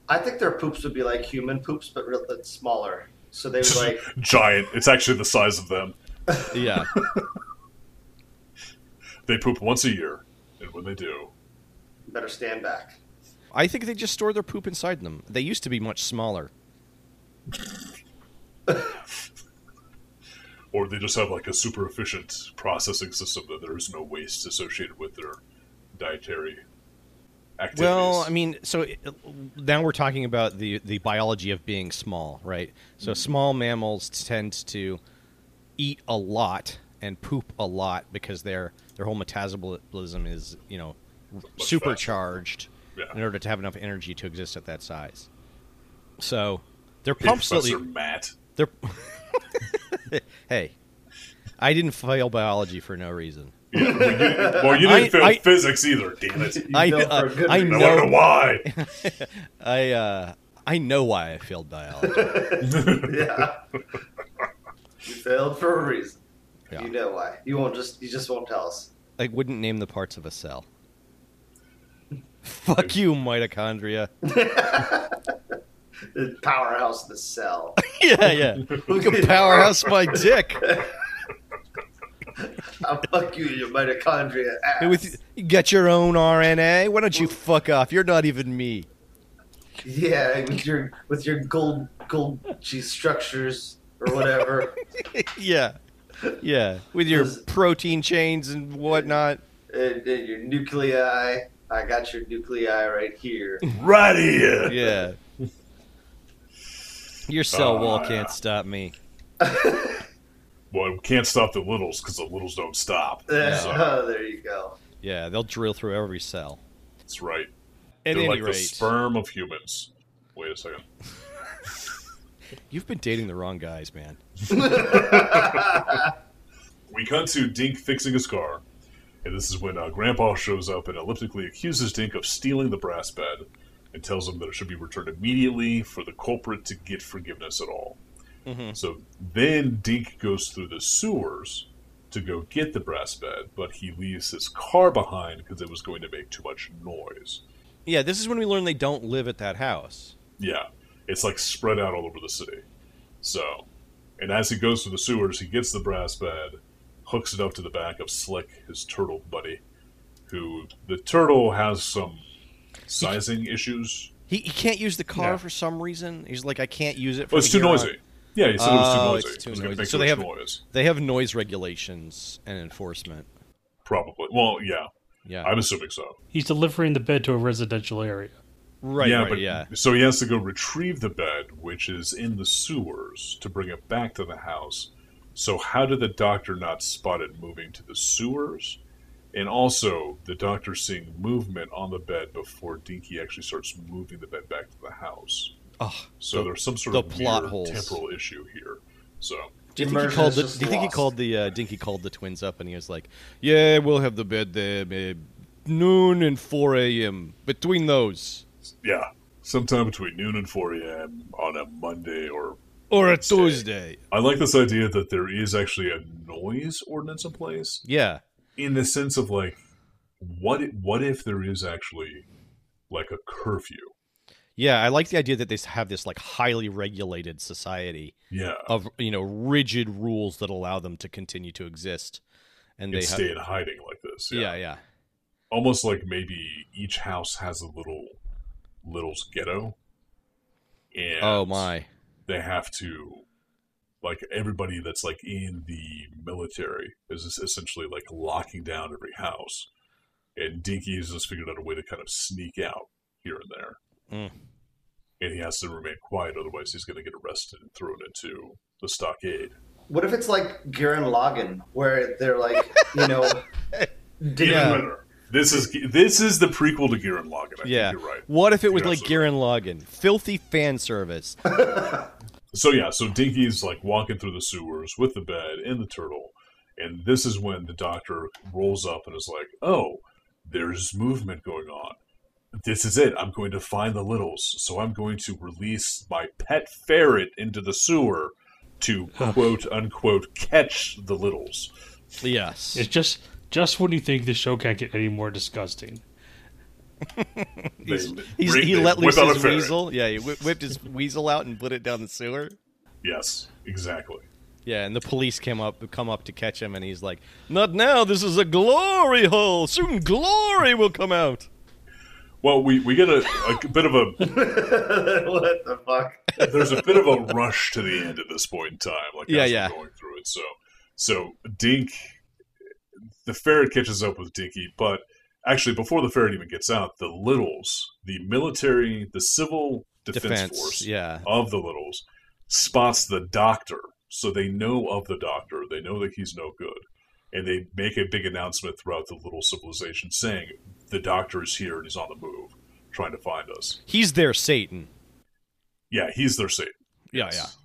Speaker 4: I think their poops would be like human poops, but real, but smaller. So they would like
Speaker 1: Giant. It's actually the size of them.
Speaker 3: yeah.
Speaker 1: They poop once a year, and when they do,
Speaker 4: better stand back.
Speaker 3: I think they just store their poop inside them. They used to be much smaller.
Speaker 1: or they just have like a super efficient processing system that there is no waste associated with their dietary activities.
Speaker 3: Well, I mean, so it, now we're talking about the the biology of being small, right?
Speaker 1: Mm-hmm.
Speaker 3: So small mammals tend to eat a lot and poop a lot because their their whole metabolism is, you know,
Speaker 1: faster.
Speaker 3: supercharged
Speaker 1: Yeah.
Speaker 3: in order to have enough energy to exist at that size. So they're
Speaker 1: Hey,
Speaker 3: pumped
Speaker 1: Professor
Speaker 3: slowly.
Speaker 1: Matt.
Speaker 3: They're hey, I didn't fail biology for no reason.
Speaker 1: Well, you didn't
Speaker 3: I-
Speaker 1: fail
Speaker 3: I-
Speaker 1: physics either, damn it!
Speaker 4: You
Speaker 1: I,
Speaker 3: I,
Speaker 4: know for a
Speaker 3: uh,
Speaker 4: good
Speaker 3: I
Speaker 4: reason.
Speaker 1: want wonder
Speaker 3: know
Speaker 1: why.
Speaker 3: I uh, I know why I failed biology.
Speaker 4: Yeah. you failed for a reason.
Speaker 3: Yeah.
Speaker 4: You know why. You won't just you just won't tell us.
Speaker 3: I wouldn't name the parts of a cell. Fuck you, mitochondria.
Speaker 4: The powerhouse of the cell.
Speaker 3: yeah, yeah. Look at powerhouse my dick.
Speaker 4: I'll fuck you, your mitochondria ass.
Speaker 3: Hey, With you got your own RNA. Why don't you fuck off? You're not even me.
Speaker 4: yeah, with your with your gold gold G structures or whatever.
Speaker 3: Yeah, yeah. With your
Speaker 4: Does-
Speaker 3: protein chains and whatnot.
Speaker 4: and, and Uh, your nuclei. I got your nuclei right here. Oh,
Speaker 1: right here.
Speaker 3: Yeah. Your cell
Speaker 1: Oh,
Speaker 3: wall
Speaker 1: yeah.
Speaker 3: can't stop me.
Speaker 1: Well, we can't stop the littles because the littles don't stop. So,
Speaker 4: Oh, there you go.
Speaker 3: Yeah, they'll drill through every cell.
Speaker 1: that's right.
Speaker 3: At
Speaker 1: They're
Speaker 3: any
Speaker 1: like
Speaker 3: rate,
Speaker 1: the sperm of humans. Wait a second.
Speaker 3: you've been dating the wrong guys, man.
Speaker 1: We cut to Dink fixing his car, and this is when uh, Grandpa shows up and elliptically accuses Dink of stealing the brass bed and tells him that it should be returned immediately for the culprit to get forgiveness at all. So then Dink goes through the sewers to go get the brass bed, but he leaves his car behind because it was going to make too much noise.
Speaker 3: Yeah, this is when we learn they don't live at that house.
Speaker 1: Yeah, it's like spread out all over the city. So, and as he goes through the sewers, he gets the brass bed, hooks it up to the back of Slick, his turtle buddy, who the turtle has some sizing issues.
Speaker 3: He, he can't use the car
Speaker 2: No.
Speaker 3: for some reason. He's like, I can't use it. For
Speaker 1: Well, it's too noisy. Yeah, he said it
Speaker 3: Oh,
Speaker 1: was too noisy.
Speaker 3: it's too
Speaker 1: it was going
Speaker 3: noisy.
Speaker 1: to make
Speaker 3: So
Speaker 1: so
Speaker 3: they
Speaker 1: much
Speaker 3: have-
Speaker 1: noise,
Speaker 3: They have noise regulations and enforcement.
Speaker 1: probably. Well, yeah,
Speaker 3: Yeah,
Speaker 1: I'm assuming so.
Speaker 2: He's delivering the bed to a residential area.
Speaker 3: right.
Speaker 1: yeah,
Speaker 3: right,
Speaker 1: but
Speaker 3: yeah.
Speaker 1: so he has to go retrieve the bed, which is in the sewers, to bring it back to the house. So how did the doctor not spot it moving to the sewers? And also, the doctor seeing movement on the bed before Dinky actually starts moving the bed back to the house.
Speaker 3: Ugh.
Speaker 1: So
Speaker 3: The-
Speaker 1: there's some sort
Speaker 3: the
Speaker 1: of
Speaker 3: plot
Speaker 1: weird
Speaker 3: holes.
Speaker 1: temporal issue here. So
Speaker 3: Do you think he
Speaker 4: Immersion
Speaker 3: called
Speaker 4: is
Speaker 3: the,
Speaker 4: just
Speaker 3: do you think he
Speaker 4: lost.
Speaker 3: called the uh, Dinky called the twins up and he was like, "Yeah, we'll have the bed there, uh, noon and four a.m. between those,
Speaker 1: yeah, sometime between noon and 4 a.m. on a Monday or
Speaker 3: or a
Speaker 1: Tuesday.
Speaker 3: Tuesday."
Speaker 1: I like this idea that there is actually a noise ordinance in place.
Speaker 3: Yeah,
Speaker 1: in the sense of like what if, what if there is actually like a curfew
Speaker 3: yeah. I like the idea that they have this like highly regulated society
Speaker 1: yeah
Speaker 3: of you know rigid rules that allow them to continue to exist, and
Speaker 1: and
Speaker 3: they
Speaker 1: stay in
Speaker 3: have,
Speaker 1: hiding like this
Speaker 3: yeah, yeah.
Speaker 1: almost like maybe each house has a little little's ghetto and
Speaker 3: Oh my.
Speaker 1: they have to like everybody that's like in the military is es- essentially like locking down every house and dinky has just figured out a way to kind of sneak out here and there
Speaker 3: Mm.
Speaker 1: and he has to remain quiet otherwise he's going to get arrested and thrown into the stockade
Speaker 4: What if it's like Garen Logan, where they're like, you know,
Speaker 1: Even
Speaker 3: Yeah.
Speaker 1: better. this is this is the prequel to Garen Logan I
Speaker 3: Yeah.
Speaker 1: think you're right
Speaker 3: What if it was
Speaker 1: You're
Speaker 3: like Garen Logan? Filthy fan service.
Speaker 1: So yeah, so Dinky's like walking through the sewers with the bed and the turtle, and this is when the doctor rolls up and is like, "Oh, there's movement going on. This is it. I'm going to find the littles. So I'm going to release my pet ferret into the sewer to quote unquote catch the littles."
Speaker 3: yes.
Speaker 2: It's just just when you think the show can't get any more disgusting.
Speaker 1: They-
Speaker 3: He's,
Speaker 1: they-
Speaker 3: he
Speaker 1: they
Speaker 3: let
Speaker 1: whip
Speaker 3: loose
Speaker 1: out a
Speaker 3: his
Speaker 1: ferret.
Speaker 3: weasel. Yeah, he whi- whipped his weasel out and put it down the sewer.
Speaker 1: Yes, exactly.
Speaker 3: Yeah, and the police came up come up to catch him, and he's like, "Not now! This is a glory hole. Soon glory will come out."
Speaker 1: Well, we we get a, a bit of a
Speaker 4: what the fuck?
Speaker 1: there's a bit of a rush to the end at this point in time, like
Speaker 3: Yeah,
Speaker 1: as
Speaker 3: yeah.
Speaker 1: we're going through it. So, so Dink, the ferret catches up with Dinky, but actually before the ferret even gets out, the Littles, the military, the civil defense, force
Speaker 3: Yeah,
Speaker 1: of the Littles, spots the doctor. So they know of the doctor. They know that he's no good, and they make a big announcement throughout the little civilization saying the doctor is here and he's on the move, trying to find us.
Speaker 3: he's their Satan.
Speaker 1: Yeah, he's their savior.
Speaker 3: Yeah, yeah.
Speaker 1: Yes.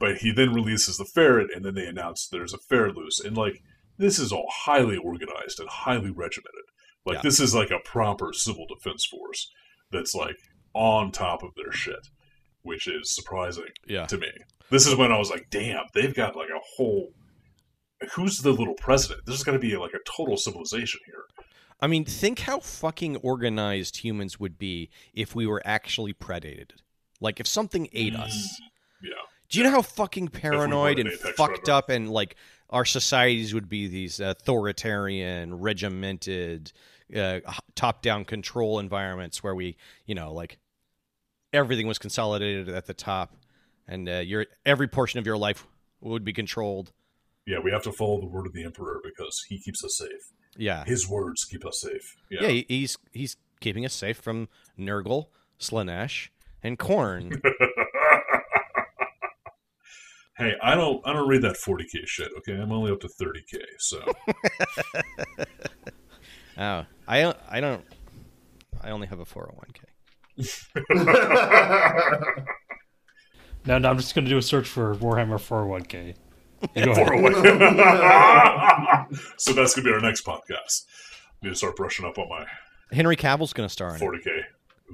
Speaker 1: But he then releases the ferret, and then they announce there's a ferret loose. And, like, this is all highly organized and highly regimented. Like,
Speaker 3: Yeah.
Speaker 1: this is like a proper civil defense force that's, like, on top of their shit, which is surprising
Speaker 3: Yeah.
Speaker 1: to me. This is when I was like, damn, they've got, like, a whole. Who's the little president? This is going to be, like, a total civilization here.
Speaker 3: I mean, think how fucking organized humans would be if we were actually predated. Like if something ate us.
Speaker 1: Yeah.
Speaker 3: Do you know how fucking
Speaker 1: Mm. we were
Speaker 3: paranoid
Speaker 1: an
Speaker 3: and
Speaker 1: apex
Speaker 3: fucked
Speaker 1: predator.
Speaker 3: up and like our societies would be these authoritarian, regimented, uh, top-down control environments where we, you know, like everything was consolidated at the top, and uh, your every portion of your life would be controlled.
Speaker 1: Yeah, we have to follow the word of the emperor because he keeps us safe.
Speaker 3: Yeah,
Speaker 1: His words keep us safe.
Speaker 3: yeah. he- he's he's keeping us safe from Nurgle, Slanesh, and Corn.
Speaker 1: Hey, I don't I don't read that 40k shit. Okay, I'm only up to 30k. So
Speaker 3: Oh, I I don't. I only have a four hundred one k.
Speaker 2: Now, now I'm just going to do a search for Warhammer 401k. You Go ahead.
Speaker 1: so that's gonna be our next podcast. Need to start brushing up on my
Speaker 3: Henry Cavill's going to star in it.
Speaker 1: 40k.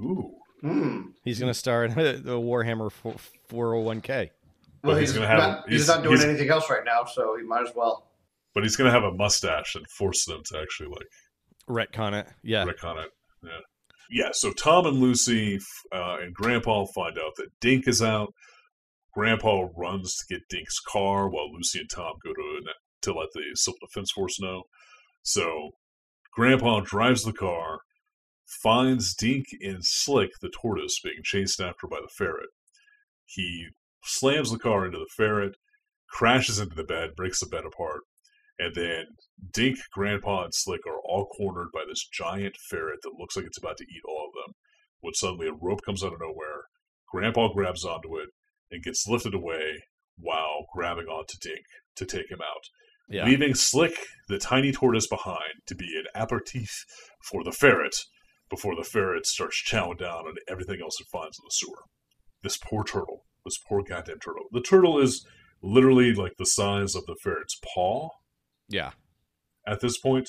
Speaker 1: Ooh,
Speaker 4: Hmm.
Speaker 3: He's going to star in the Warhammer four hundred one k.
Speaker 1: Well, he's gonna have-
Speaker 4: not, he's,
Speaker 1: he's-
Speaker 4: not doing
Speaker 1: he's-
Speaker 4: anything else right now, so he might as well.
Speaker 1: but he's gonna have a mustache and force them to actually like.
Speaker 3: Retcon it. Yeah.
Speaker 1: retcon it. Yeah. Yeah. So Tom and Lucy uh, and Grandpa find out that Dink is out. Grandpa runs to get Dink's car while Lucy and Tom go to to let the Civil Defense Force know. So Grandpa drives the car, finds Dink and Slick, the tortoise, being chased after by the ferret. He slams the car into the ferret, crashes into the bed, breaks the bed apart, and then Dink, Grandpa, and Slick are all cornered by this giant ferret that looks like it's about to eat all of them. When suddenly a rope comes out of nowhere, Grandpa grabs onto it and gets lifted away while grabbing onto Dink to take him out,
Speaker 3: Yeah.
Speaker 1: leaving Slick, the tiny tortoise, behind to be an aperitif for the ferret before the ferret starts chowing down on everything else it finds in the sewer. This poor turtle. This poor goddamn turtle. The turtle is literally like the size of the ferret's paw
Speaker 3: Yeah.
Speaker 1: at this point.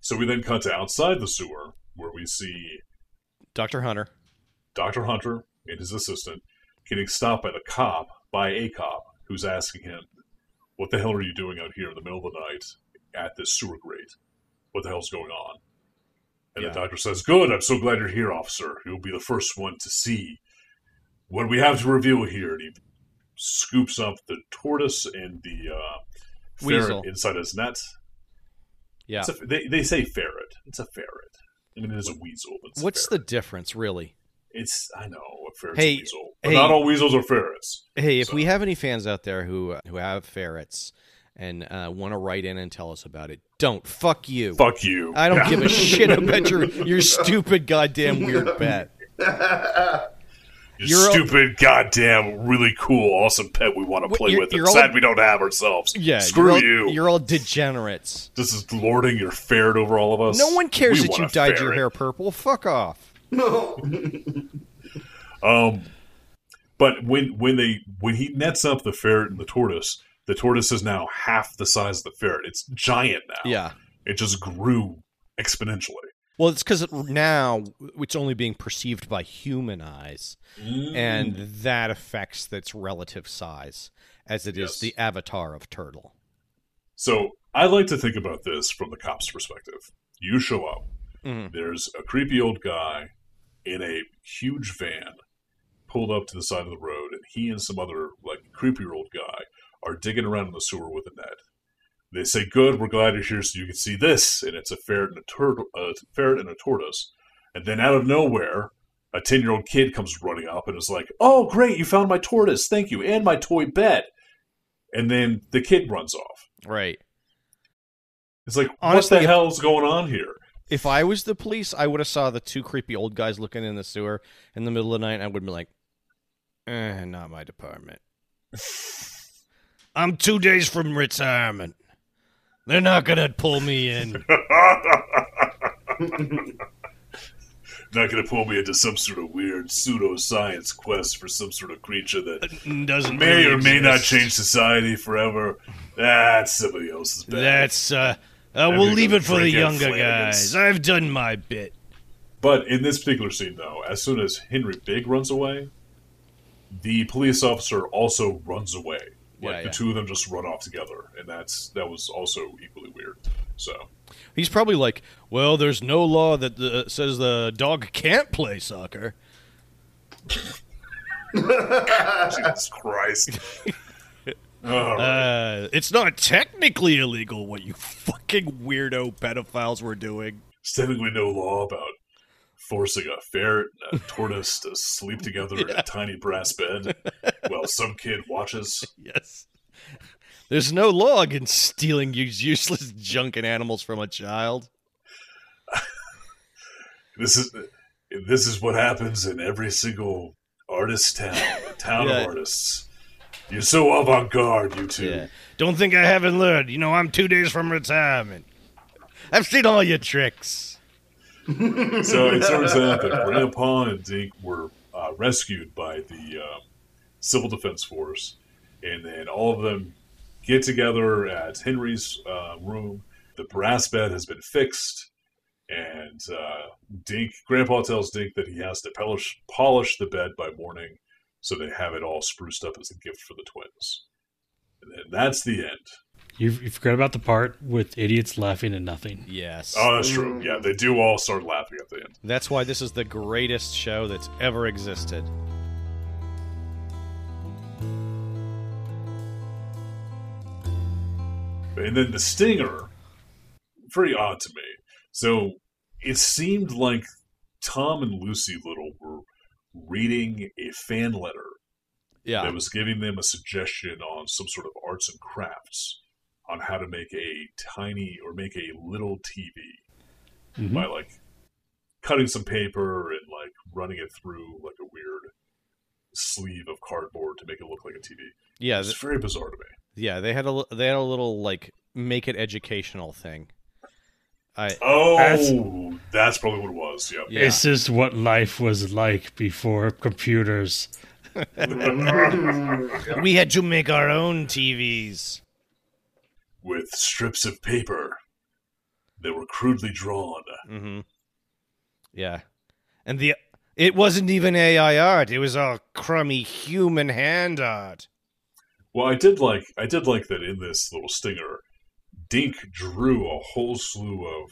Speaker 1: So we then cut to outside the sewer where we see
Speaker 3: Doctor Hunter.
Speaker 1: Dr. Hunter and his assistant getting stopped by the cop, by a cop, who's asking him, What the hell are you doing out here in the middle of the night at this sewer grate? What the hell's going on? And the
Speaker 3: Yeah.
Speaker 1: doctor says, Good, I'm so glad you're here, officer. You'll be the first one to see what we have to reveal here. And he scoops up the tortoise and the uh,
Speaker 3: Weasel.
Speaker 1: ferret inside his net.
Speaker 3: Yeah.
Speaker 1: It's a, they, they say ferret. It's a ferret. I mean, it is a weasel. But it's a
Speaker 3: What's
Speaker 1: ferret.
Speaker 3: the difference, really?
Speaker 1: It's I know a ferret's
Speaker 3: Hey,
Speaker 1: a weasel, but
Speaker 3: hey.
Speaker 1: not all weasels are ferrets.
Speaker 3: Hey, if
Speaker 1: So-
Speaker 3: we have any fans out there who who have ferrets and uh, want to write in and tell us about it, don't. Fuck you.
Speaker 1: Fuck you.
Speaker 3: I don't
Speaker 1: Yeah.
Speaker 3: give a shit about your your stupid goddamn weird bet.
Speaker 1: Your
Speaker 3: you're a-
Speaker 1: stupid, goddamn, really cool, awesome pet we want to
Speaker 3: What,
Speaker 1: play
Speaker 3: you're-
Speaker 1: with. and
Speaker 3: you're all-
Speaker 1: sad we don't have ourselves.
Speaker 3: Yeah.
Speaker 1: Screw
Speaker 3: you're all,
Speaker 1: you.
Speaker 3: You're all degenerates.
Speaker 1: This is lording your ferret over all of us.
Speaker 3: No one cares
Speaker 1: We
Speaker 3: that
Speaker 1: want
Speaker 3: you
Speaker 1: a
Speaker 3: dyed your
Speaker 1: ferret.
Speaker 3: hair purple. Fuck off.
Speaker 4: No.
Speaker 1: Um, but when when they when he nets up the ferret and the tortoise, the tortoise is now half the size of the ferret. It's giant now.
Speaker 3: Yeah.
Speaker 1: it just grew exponentially.
Speaker 3: Well, it's because now it's only being perceived by human eyes, and
Speaker 1: Mm.
Speaker 3: that affects its relative size, as it is
Speaker 1: Yes.
Speaker 3: the avatar of turtle.
Speaker 1: So I like to think about this from the cop's perspective. You show up.
Speaker 3: Mhm.
Speaker 1: There's a creepy old guy in a huge van pulled up to the side of the road, and he and some other like creepier old guy are digging around in the sewer with a net. They say, "Good, we're glad you're here, so you can see this." And it's a ferret and a turtle, a ferret and a tortoise. And then out of nowhere, a ten-year-old kid comes running up and is like, "Oh, great! You found my tortoise. Thank you, and my toy bed." And then the kid runs off.
Speaker 3: Right.
Speaker 1: It's like,
Speaker 3: Honestly,
Speaker 1: what the
Speaker 3: if-
Speaker 1: hell's going on here?
Speaker 3: If I was the police, I would have saw the two creepy old guys looking in the sewer in the middle of the night. And I would be like, eh, "Not my department. I'm two days from retirement. They're not gonna pull me in."
Speaker 1: Not going to pull me into some sort of weird pseudoscience quest for some sort of creature that
Speaker 3: oh Doesn't
Speaker 1: may
Speaker 3: really
Speaker 1: or may not
Speaker 3: exist.
Speaker 1: change society forever. That's somebody else's bad.
Speaker 6: That's uh, uh
Speaker 1: Maybe
Speaker 6: we'll
Speaker 1: we
Speaker 6: leave
Speaker 1: can
Speaker 6: it for the
Speaker 1: drink it
Speaker 6: younger
Speaker 1: Flanagan's.
Speaker 6: guys. I've done my bit.
Speaker 1: But in this particular scene, though, as soon as Henry Big runs away, the police officer also runs away. Like
Speaker 3: Yeah,
Speaker 1: the
Speaker 3: yeah.
Speaker 1: two of them just run off together, and that's that was also equally weird. So
Speaker 6: He's probably like, well, there's no law that uh, says the dog can't play soccer.
Speaker 1: Jesus Christ. All right.
Speaker 6: Uh, it's not technically illegal what you fucking weirdo pedophiles were doing.
Speaker 1: There's technically no law about forcing a ferret and a tortoise to sleep together in a tiny brass bed while some kid watches.
Speaker 6: Yes.
Speaker 3: There's no law against stealing use useless junk and animals from a child.
Speaker 1: This is this is what happens in every single artist town, a town
Speaker 3: Yeah.
Speaker 1: of artists. You're so avant garde, you two.
Speaker 6: Yeah. Don't think I haven't learned. You know, I'm two days from retirement. I've seen all your tricks.
Speaker 1: So it turns out that Grandpa and Dink were uh, rescued by the um, Civil Defense Force, and then all of them get together at Henry's uh, room. The brass bed has been fixed, and uh, Dink Grandpa tells Dink that he has to polish polish the bed by morning, so they have it all spruced up as a gift for the twins. And then that's the end.
Speaker 2: You, you forgot about the part with idiots laughing at nothing.
Speaker 3: Yes.
Speaker 1: Oh, that's true. Yeah, they do all start laughing at the end.
Speaker 3: That's why this is the greatest show that's ever existed.
Speaker 1: And then the stinger, very odd to me. So it seemed like Tom and Lucy Little were reading a fan letter
Speaker 3: Yeah.
Speaker 1: that was giving them a suggestion on some sort of arts and crafts on how to make a tiny or make a little TV by like cutting some paper and like running it through like a weird sleeve of cardboard to make it look like a TV.
Speaker 3: yeah. th-
Speaker 1: It's very bizarre to me.
Speaker 3: yeah. They had a li- they had a little like make it educational thing. I
Speaker 1: Oh, that's,
Speaker 2: That's-
Speaker 1: probably what it was. Yep.
Speaker 3: yeah.
Speaker 2: This is what life was like before computers.
Speaker 6: We had to make our own TVs.
Speaker 1: with strips of paper that were crudely drawn.
Speaker 3: hmm Yeah.
Speaker 6: Mm-hmm. And the it wasn't even AI art. It was all crummy human hand art.
Speaker 1: Well, I did like I did like that in this little stinger, Dink drew a whole slew of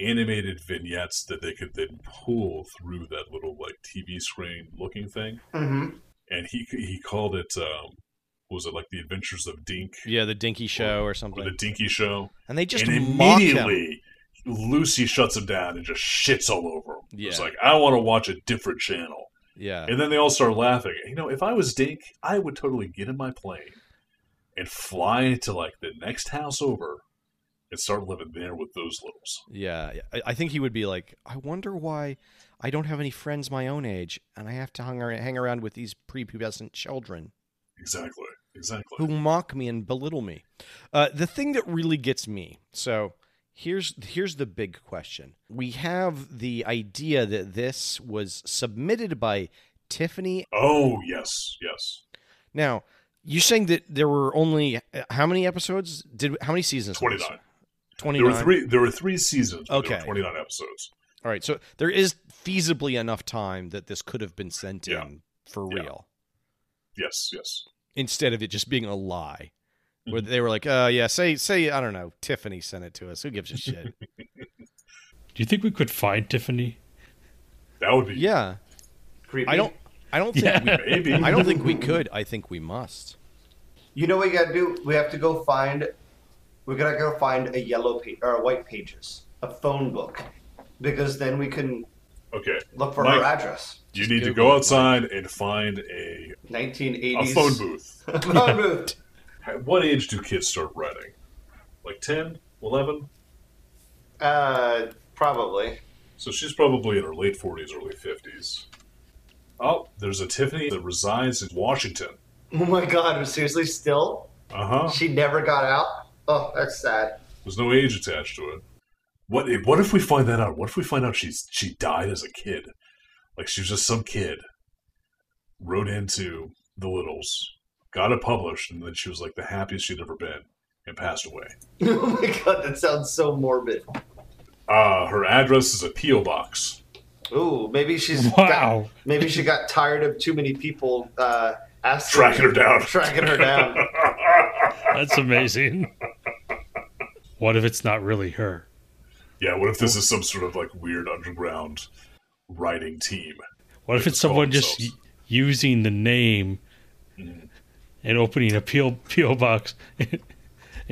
Speaker 1: animated vignettes that they could then pull through that little like TV screen looking thing,
Speaker 4: hmm
Speaker 1: and he he called it um, what was it like the Adventures of Dink
Speaker 3: Yeah. The Dinky Show or
Speaker 1: or
Speaker 3: something.
Speaker 1: the Dinky Show,
Speaker 3: and they just
Speaker 1: and
Speaker 3: mock him.
Speaker 1: immediately. Lucy shuts him down and just shits all over him. It's
Speaker 3: Yeah.
Speaker 1: like, I want to watch a different channel.
Speaker 3: Yeah.
Speaker 1: And then they all start laughing. You know, if I was Dink, I would totally get in my plane and fly to like the next house over and start living there with those littles.
Speaker 3: Yeah, yeah. I, I think he would be like, I wonder why I don't have any friends my own age, and I have to hang, ar- hang around with these prepubescent children
Speaker 1: Exactly. Exactly.
Speaker 3: who mock me and belittle me. Uh, the thing that really gets me. So here's here's the big question. We have the idea that this was submitted by Tiffany.
Speaker 1: Oh yes, yes.
Speaker 3: Now you're saying that there were only uh, how many episodes? Did how many seasons?
Speaker 1: Twenty nine.
Speaker 3: Twenty
Speaker 1: There were
Speaker 3: nine.
Speaker 1: three. There were three seasons. but There
Speaker 3: Okay.
Speaker 1: were twenty nine episodes.
Speaker 3: All right, so there is feasibly enough time that this could have been sent
Speaker 1: Yeah.
Speaker 3: in for
Speaker 1: Yeah.
Speaker 3: real.
Speaker 1: Yes, yes.
Speaker 3: instead of it just being a lie. Where
Speaker 1: Mm-hmm.
Speaker 3: they were like, uh yeah, say say I don't know, Tiffany sent it to us. Who gives a shit?
Speaker 2: Do you think we could find Tiffany?
Speaker 1: That would be
Speaker 3: yeah.
Speaker 4: Creepy.
Speaker 3: I don't I don't think
Speaker 1: maybe.
Speaker 3: we I don't think we could. I think we must.
Speaker 4: You know what we gotta do? We have to go find. We're gonna go find a yellow page or a white pages, a phone book, because then we can
Speaker 1: okay.
Speaker 4: look for her
Speaker 1: Mike,
Speaker 4: address.
Speaker 1: you need to go outside and find a
Speaker 4: 1980s.
Speaker 1: a phone booth.
Speaker 4: A phone booth.
Speaker 1: At what age do kids start writing? Like 10, 11?
Speaker 4: Uh, probably.
Speaker 1: So she's probably in her late 40s, early 50s. Oh, there's a Tiffany that resides in Washington.
Speaker 4: Oh my god! Seriously, still
Speaker 1: Uh huh.
Speaker 4: she never got out. Oh, that's sad.
Speaker 1: There's no age attached to it. What? if- What if we find that out? What if we find out she's she died as a kid? Like she was just some kid. Wrote into the Littles, got it published, and then she was like the happiest she'd ever been, and passed away.
Speaker 4: oh my god, that sounds so morbid.
Speaker 1: Uh, her address is a PO box.
Speaker 4: Ooh, maybe she's
Speaker 2: Wow.
Speaker 4: Got, maybe she got tired of too many people uh, asking
Speaker 1: Tracking her down.
Speaker 4: tracking her down.
Speaker 2: That's amazing. what if it's not really her?
Speaker 1: Yeah. What if this is some sort of like weird underground writing team?
Speaker 2: What if
Speaker 1: They
Speaker 2: it's
Speaker 1: just call
Speaker 2: someone just y-
Speaker 1: themselves.
Speaker 2: using the name
Speaker 6: Mm-hmm.
Speaker 2: and opening a PO, PO box? in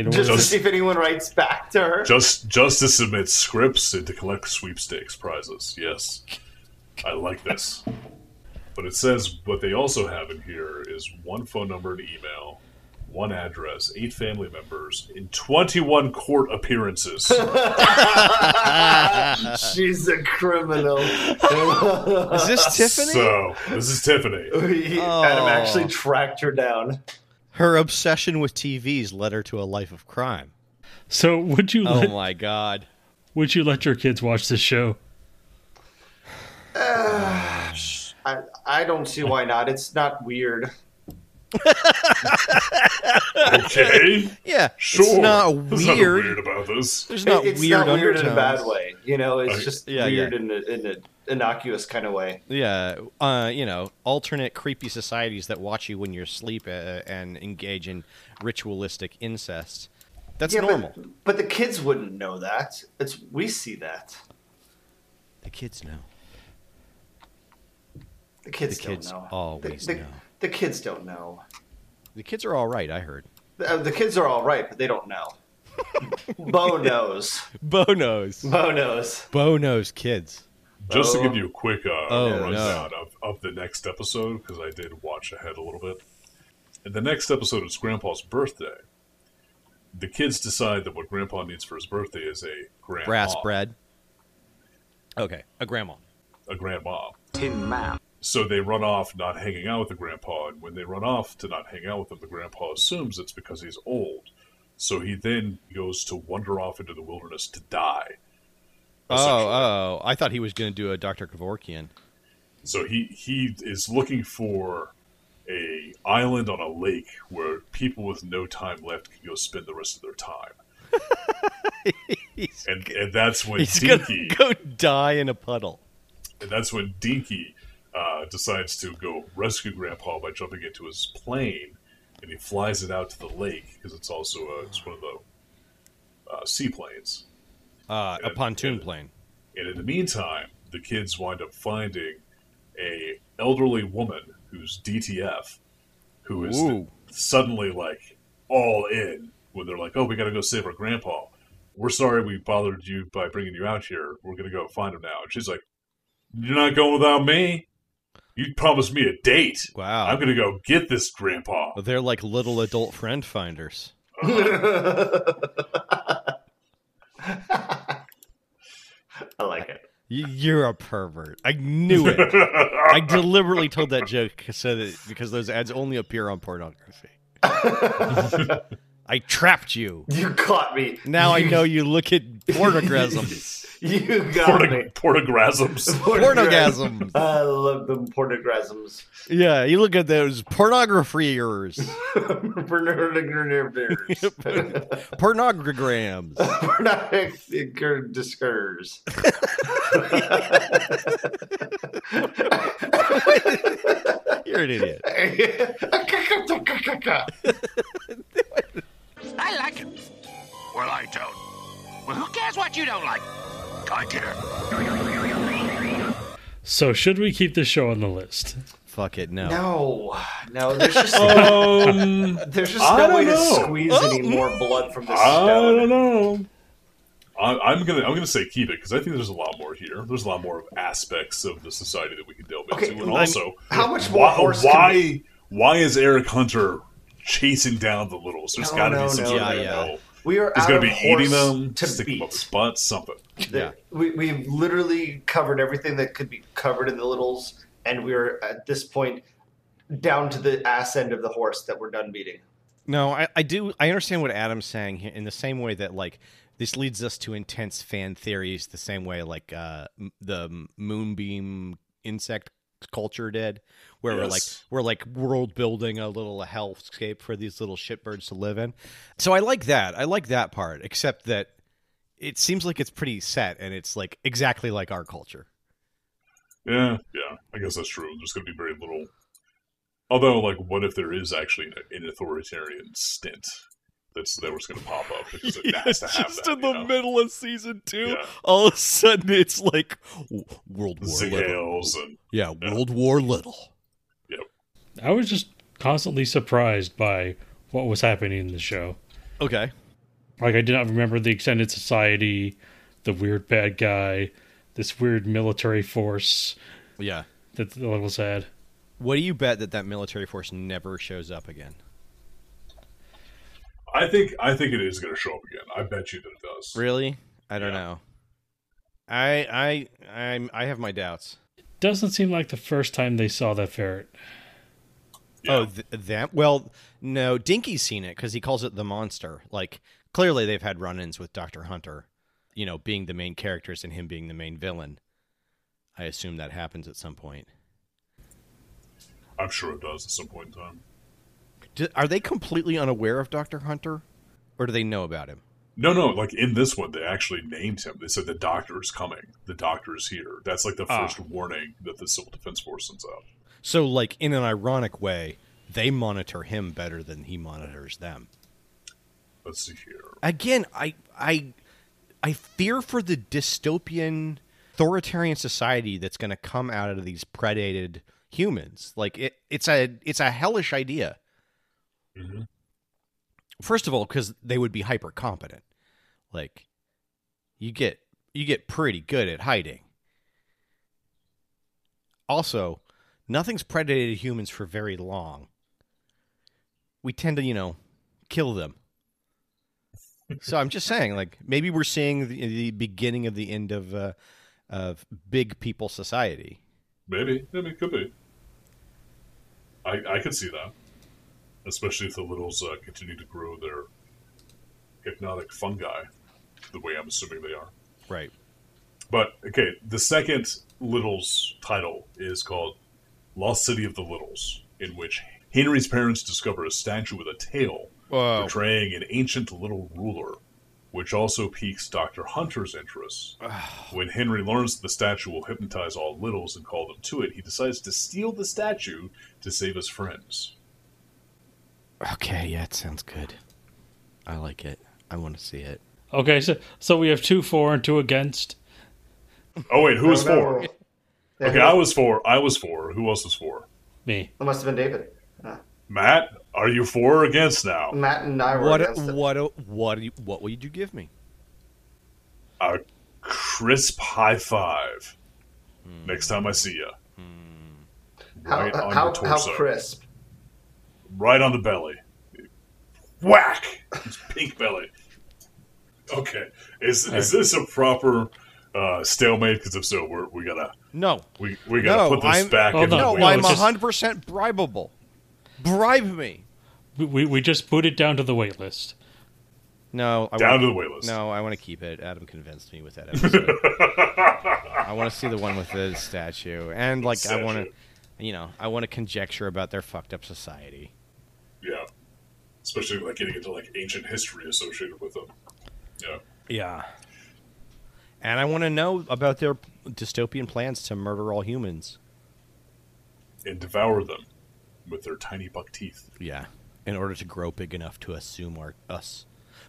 Speaker 2: order
Speaker 4: just to
Speaker 1: Just-
Speaker 4: see if anyone writes back to her.
Speaker 1: Just just to submit scripts and to collect sweepstakes prizes. Yes, I like this. But it says what they also have in here is one phone number and email, one address, eight family members, in 21 court appearances.
Speaker 4: She's a criminal.
Speaker 3: Is this Tiffany?
Speaker 1: so, this is Tiffany.
Speaker 4: He-
Speaker 3: Oh.
Speaker 4: Adam actually tracked her down.
Speaker 3: Her obsession with TVs led her to a life of crime.
Speaker 2: So would you
Speaker 3: Oh
Speaker 2: let,
Speaker 3: my god.
Speaker 2: would you let your kids watch this show?
Speaker 4: I, I don't see why not. It's not weird.
Speaker 1: Okay.
Speaker 3: Yeah,
Speaker 1: Sure.
Speaker 3: it's not
Speaker 1: There's nothing
Speaker 3: weird.
Speaker 1: weird about this.
Speaker 3: There's
Speaker 4: It-
Speaker 3: not
Speaker 4: it's
Speaker 3: weird
Speaker 4: not weird in a
Speaker 3: undertones.
Speaker 4: bad way. You know, it's
Speaker 1: Okay.
Speaker 4: just
Speaker 3: Yeah,
Speaker 4: weird
Speaker 3: yeah.
Speaker 4: in a, in an innocuous kind of way.
Speaker 3: Yeah, uh, you know, alternate creepy societies that watch you when you're asleep uh, and engage in ritualistic incest. That's
Speaker 4: Yeah, but-
Speaker 3: normal.
Speaker 4: But, the kids wouldn't know that. It's we see that.
Speaker 3: The kids know.
Speaker 4: The kids,
Speaker 3: The kids
Speaker 4: don't know.
Speaker 3: always
Speaker 4: the, the,
Speaker 3: know.
Speaker 4: The kids don't know.
Speaker 3: The kids are all right, I heard.
Speaker 4: The, uh, the kids are all right, but they don't know. Bo knows.
Speaker 3: Bo knows.
Speaker 4: Bo knows.
Speaker 3: Bo knows kids.
Speaker 1: Just
Speaker 4: Oh.
Speaker 1: to give you a quick uh,
Speaker 3: Oh, no.
Speaker 1: rundown of, of the next episode, because I did watch ahead a little bit. In the next episode, it's Grandpa's birthday. The kids decide that what Grandpa needs for his birthday is a grandma,
Speaker 3: Brass bread. Okay, a grandma.
Speaker 1: a grandma. Tin So they run off not hanging out with the grandpa, and when they run off to not hang out with him, the grandpa assumes it's because he's old. So he then goes to wander off into the wilderness to die.
Speaker 3: Oh, oh! I thought he was going to do a Dr. Kevorkian.
Speaker 1: So he he is looking for a island on a lake where people with no time left can go spend the rest of their time. and, and that's when
Speaker 3: He's going
Speaker 1: Dinky
Speaker 3: to go die in a puddle.
Speaker 1: and that's when Dinky uh, decides to go rescue Grandpa by jumping into his plane, and he flies it out to the lake because it's also uh it's one of the uh, seaplanes.
Speaker 3: Uh, a pontoon plane.
Speaker 1: And in the meantime, the kids wind up finding a elderly woman who's DTF, who is
Speaker 3: Ooh.
Speaker 1: suddenly like all in when they're like, "Oh, we got to go save our grandpa. We're sorry we bothered you by bringing you out here. We're gonna go find him now." And she's like, "You're not going without me. You promised me a date.
Speaker 3: Wow.
Speaker 1: I'm gonna go get this grandpa."
Speaker 3: They're like little adult friend finders.
Speaker 4: I like it.
Speaker 3: Y- You're a pervert. I knew it. I deliberately told that joke so that because those ads only appear on pornography. I trapped you.
Speaker 4: You caught me.
Speaker 3: Now I know you look at pornogasm.
Speaker 4: You got me.
Speaker 1: Porno- Pornograsms.
Speaker 3: Pornogasms.
Speaker 4: I love them pornograsms.
Speaker 3: Yeah, you look at those pornographers,
Speaker 4: Pornograms.
Speaker 3: pornograms.
Speaker 4: Pornograms.
Speaker 3: You're an idiot.
Speaker 7: I like it. Well, I don't. Well, who cares what you don't like? I care.
Speaker 2: So should we keep this show on the list?
Speaker 3: Fuck it. No.
Speaker 4: No, no. There's just
Speaker 1: um,
Speaker 4: there's just
Speaker 1: I
Speaker 4: no way
Speaker 1: don't know.
Speaker 4: to squeeze any more blood from this
Speaker 1: I don't
Speaker 4: stone.
Speaker 1: know. I, I'm gonna I'm gonna say keep it because I think there's a lot more here. There's a lot more of aspects of the society that we can delve
Speaker 4: Okay,
Speaker 1: into, and
Speaker 4: I'm-
Speaker 1: also
Speaker 4: how much more
Speaker 1: why
Speaker 4: horse can
Speaker 1: why, why is Eric Hunter chasing down the littles? There's
Speaker 4: No,
Speaker 1: got to
Speaker 4: no,
Speaker 1: be some
Speaker 4: no,
Speaker 1: sort
Speaker 3: no,
Speaker 1: of
Speaker 3: no.
Speaker 1: no.
Speaker 4: We are
Speaker 1: He's
Speaker 4: out
Speaker 1: gonna
Speaker 4: of
Speaker 1: be eating
Speaker 4: horse
Speaker 1: them,
Speaker 4: to
Speaker 1: stick them up his
Speaker 4: beat.
Speaker 1: butt, something.
Speaker 3: Yeah.
Speaker 4: We, we've literally covered everything that could be covered in the littles, and we're at this point down to the ass end of the horse that we're done beating.
Speaker 3: No, I, I do. I understand what Adam's saying here in the same way that like this leads us to intense fan theories, the same way like uh, m- the moonbeam insect culture did, where we're like
Speaker 1: Yes.
Speaker 3: we're like world building a little hellscape for these little shitbirds to live in. So I like that. I like that part, except that it seems like it's pretty set and it's like exactly like our culture.
Speaker 1: Yeah, yeah. I guess that's true. There's gonna be very little. Although, like, what if there is actually an- an authoritarian stint that's that was gonna pop up because it has to have
Speaker 3: just
Speaker 1: that.
Speaker 3: in the
Speaker 1: you know?
Speaker 3: middle of season two,
Speaker 1: Yeah.
Speaker 3: all of a sudden it's like w- World War Little.
Speaker 1: Zales and
Speaker 3: Yeah, World War Little.
Speaker 2: I was just constantly surprised by what was happening in the show.
Speaker 3: Okay.
Speaker 2: Like I did not remember the extended society, the weird bad guy, this weird military force
Speaker 3: Yeah.
Speaker 2: that the levels had.
Speaker 3: What do you bet that that military force never shows up again?
Speaker 1: I think I think it is going to show up again. I bet you that it does.
Speaker 3: Really? I don't
Speaker 1: Yeah.
Speaker 3: know. I I I'm, I have my doubts.
Speaker 2: Doesn't seem like the first time they saw that ferret.
Speaker 1: Yeah.
Speaker 3: Oh, th- that. Well, no, Dinky's seen it because he calls it the monster. Like clearly, they've had run-ins with Doctor Hunter, you know, being the main characters and him being the main villain. I assume that happens at some point.
Speaker 1: I'm sure it does at some point in time.
Speaker 3: Do, are they completely unaware of Doctor Hunter, or do they know about him?
Speaker 1: No, no, like in this one, they actually named him. They said the doctor is coming. The doctor is here. That's like the
Speaker 3: Ah.
Speaker 1: first warning that the Civil Defense Force sends out.
Speaker 3: So, like in an ironic way, they monitor him better than he monitors them.
Speaker 1: Let's see here.
Speaker 3: again i i i fear for the dystopian authoritarian society that's going to come out of these predated humans like it, it's a it's a hellish idea
Speaker 1: Mhm.
Speaker 3: first of all because they would be hyper competent like you get you get pretty good at hiding also nothing's predated humans for very long we tend to you know kill them so I'm just saying, like maybe we're seeing the, the beginning of the end of uh, of big people society.
Speaker 1: Maybe, maybe, could be. I, I could see that, especially if the littles uh, continue to grow their hypnotic fungi, the way I'm assuming they are.
Speaker 3: Right.
Speaker 1: But okay, the second Littles title is called Lost City of the Littles, in which Henry's parents discover a statue with a tail
Speaker 3: Whoa.
Speaker 1: portraying an ancient little ruler, which also piques Dr. Hunter's interest. when Henry learns that the statue will hypnotize all Littles and call them to it, he decides to steal the statue to save his friends.
Speaker 3: Okay. Yeah, it sounds good. I like it. I want to see it.
Speaker 2: Okay, so so we have two for and two against.
Speaker 1: Oh, wait, who was
Speaker 4: No,
Speaker 1: for?
Speaker 4: no. Yeah,
Speaker 1: Okay,
Speaker 4: who-
Speaker 1: I was for. I was for. Who else was for?
Speaker 2: Me.
Speaker 4: It must have been David.
Speaker 1: Matt, are you for or against now?
Speaker 4: Matt and I were
Speaker 3: What?
Speaker 4: against it.
Speaker 3: What? What? What will you give me?
Speaker 1: a crisp high five
Speaker 3: Hmm.
Speaker 1: next time I see you.
Speaker 4: Hmm. How,
Speaker 1: Right on
Speaker 4: how,
Speaker 1: your
Speaker 4: how
Speaker 1: torso.
Speaker 4: crisp?
Speaker 1: Right on the belly. Whack! It's pink belly. Okay, is is this a proper uh, stalemate? Because if so, we're, we gotta
Speaker 3: No.
Speaker 1: we, we gotta
Speaker 3: No,
Speaker 1: put this
Speaker 3: I'm-
Speaker 1: back.
Speaker 2: Hold
Speaker 1: in the
Speaker 2: on.
Speaker 3: No.
Speaker 1: wheel.
Speaker 2: Well,
Speaker 3: I'm
Speaker 2: it's just-
Speaker 3: hundred percent bribable. Bribe me.
Speaker 2: We, we, we just put it down to the wait list.
Speaker 3: No. I
Speaker 1: Down
Speaker 3: want,
Speaker 1: to the wait list.
Speaker 3: No, I want to keep it. Adam convinced me with that episode. I want to see the one with the statue, and like I want
Speaker 1: Statue.
Speaker 3: to, you know, I want to conjecture about their fucked up society.
Speaker 1: yeah, especially like getting into like ancient history associated with them. Yeah,
Speaker 3: Yeah. And I want to know about their dystopian plans to murder all humans.
Speaker 1: and devour them with their tiny buck teeth.
Speaker 3: Yeah. In order to grow big enough to assume our, us.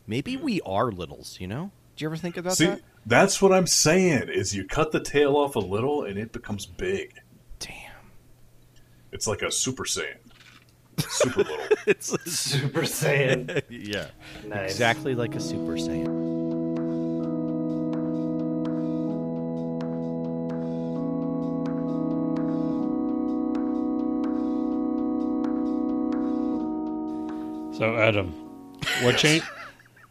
Speaker 3: Maybe we are littles, you know? Do you ever think about
Speaker 1: See,
Speaker 3: that?
Speaker 1: that's what I'm saying. Is you cut the tail off a little and it becomes big.
Speaker 3: Damn.
Speaker 1: It's like a Super Saiyan. Super little.
Speaker 3: It's
Speaker 4: Super Saiyan.
Speaker 3: yeah.
Speaker 4: nice.
Speaker 3: Exactly like a Super Saiyan.
Speaker 2: So Adam, what change?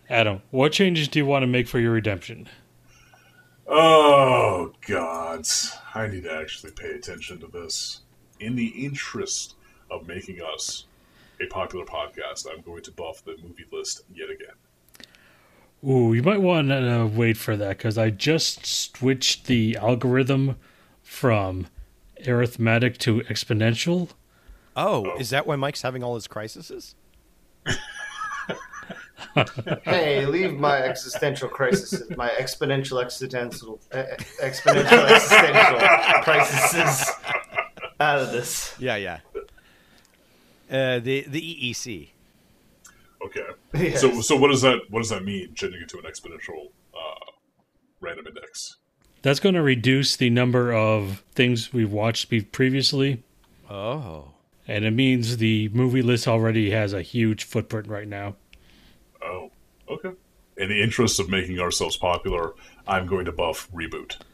Speaker 2: Adam, what changes do you want to make for your redemption?
Speaker 1: Oh God! I need to actually pay attention to this. In the interest of making us a popular podcast, I'm going to buff the movie list yet again.
Speaker 2: Ooh, you might want to uh, wait for that because I just switched the algorithm from arithmetic to exponential.
Speaker 3: Oh, is that why Mike's having all his crises?
Speaker 4: Hey, leave my existential crisis, my exponential existential, e- exponential existential crises out of this.
Speaker 3: Yeah, yeah. Uh, the
Speaker 6: E
Speaker 3: the EEC.
Speaker 1: Okay.
Speaker 4: Yes.
Speaker 1: So, so what does that what does that mean? Changing it to an exponential uh, random index.
Speaker 2: That's going to reduce the number of things we've watched be- previously,
Speaker 3: Oh.
Speaker 2: and it means the movie list already has a huge footprint right now.
Speaker 1: Oh, okay. In the interest of making ourselves popular, I'm going to buff reboot.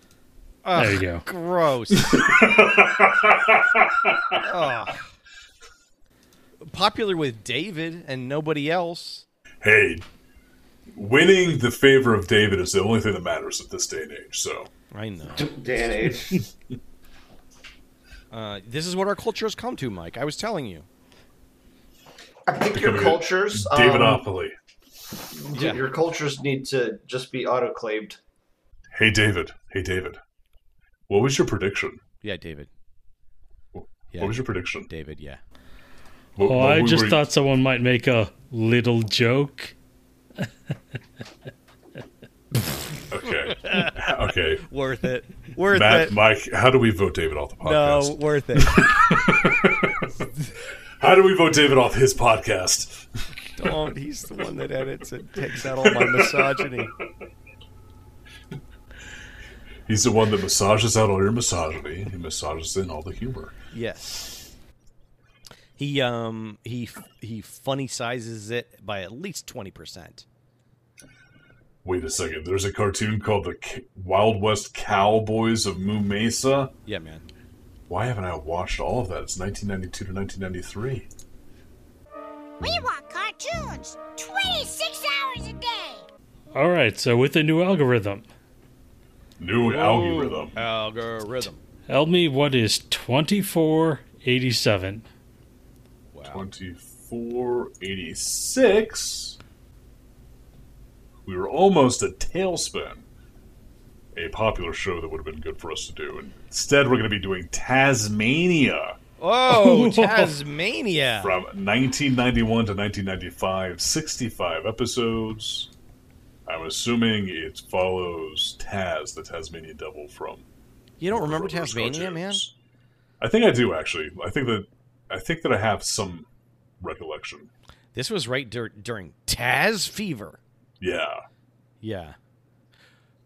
Speaker 2: There you go.
Speaker 3: Gross. Ugh. Popular with David and nobody else.
Speaker 1: hey, winning the favor of David is the only thing that matters at this day and age. So
Speaker 3: I know.
Speaker 4: Day and age.
Speaker 3: Uh, this is what our culture has come to, Mike. I was telling you.
Speaker 4: I think your
Speaker 1: Becoming a
Speaker 4: cultures, um,
Speaker 1: Davidopoly.
Speaker 3: Yeah.
Speaker 4: your cultures need to just be autoclaved.
Speaker 1: Hey David. Hey David. What was your prediction?
Speaker 3: Yeah, David. Yeah,
Speaker 1: What was your prediction?
Speaker 3: David? Yeah.
Speaker 1: What,
Speaker 2: Oh,
Speaker 1: what
Speaker 2: I
Speaker 1: were-
Speaker 2: just
Speaker 1: were-
Speaker 2: thought someone might make a little joke.
Speaker 1: Okay. okay.
Speaker 6: Worth it. Worth
Speaker 1: Matt,
Speaker 6: it.
Speaker 1: Mike, how do we vote David off the
Speaker 6: No,
Speaker 1: podcast?
Speaker 6: worth it.
Speaker 1: How do we vote David off his podcast?
Speaker 6: Don't. He's the one that edits it, takes out all my misogyny.
Speaker 1: He's the one that massages out all your misogyny. He massages in all the humor.
Speaker 3: Yes. He um he he funny sizes it by at least twenty percent.
Speaker 1: Wait a second. There's a cartoon called the C- Wild West Cowboys of Moo Mesa.
Speaker 3: Yeah, man.
Speaker 1: Why haven't I watched all of that? It's 1992 to 1993.
Speaker 8: We want cartoons 26 hours a day.
Speaker 2: All right, so with the new algorithm,
Speaker 1: New algorithm.
Speaker 3: Algorithm.
Speaker 2: tell me what is 2487?
Speaker 1: 2486. We were almost a tailspin. A popular show that would have been good for us to do. And instead, we're going to be doing Tasmania
Speaker 3: Oh, Tasmania.
Speaker 1: from 1991 to 1995, 65 episodes. I'm assuming it follows Taz, the Tasmanian devil from
Speaker 3: You don't remember
Speaker 1: Rover's
Speaker 3: Tasmania, man?
Speaker 1: cartoons. I think I do actually. I think that I think that I have some recollection.
Speaker 3: This was right dur- during Taz fever.
Speaker 1: Yeah.
Speaker 3: Yeah.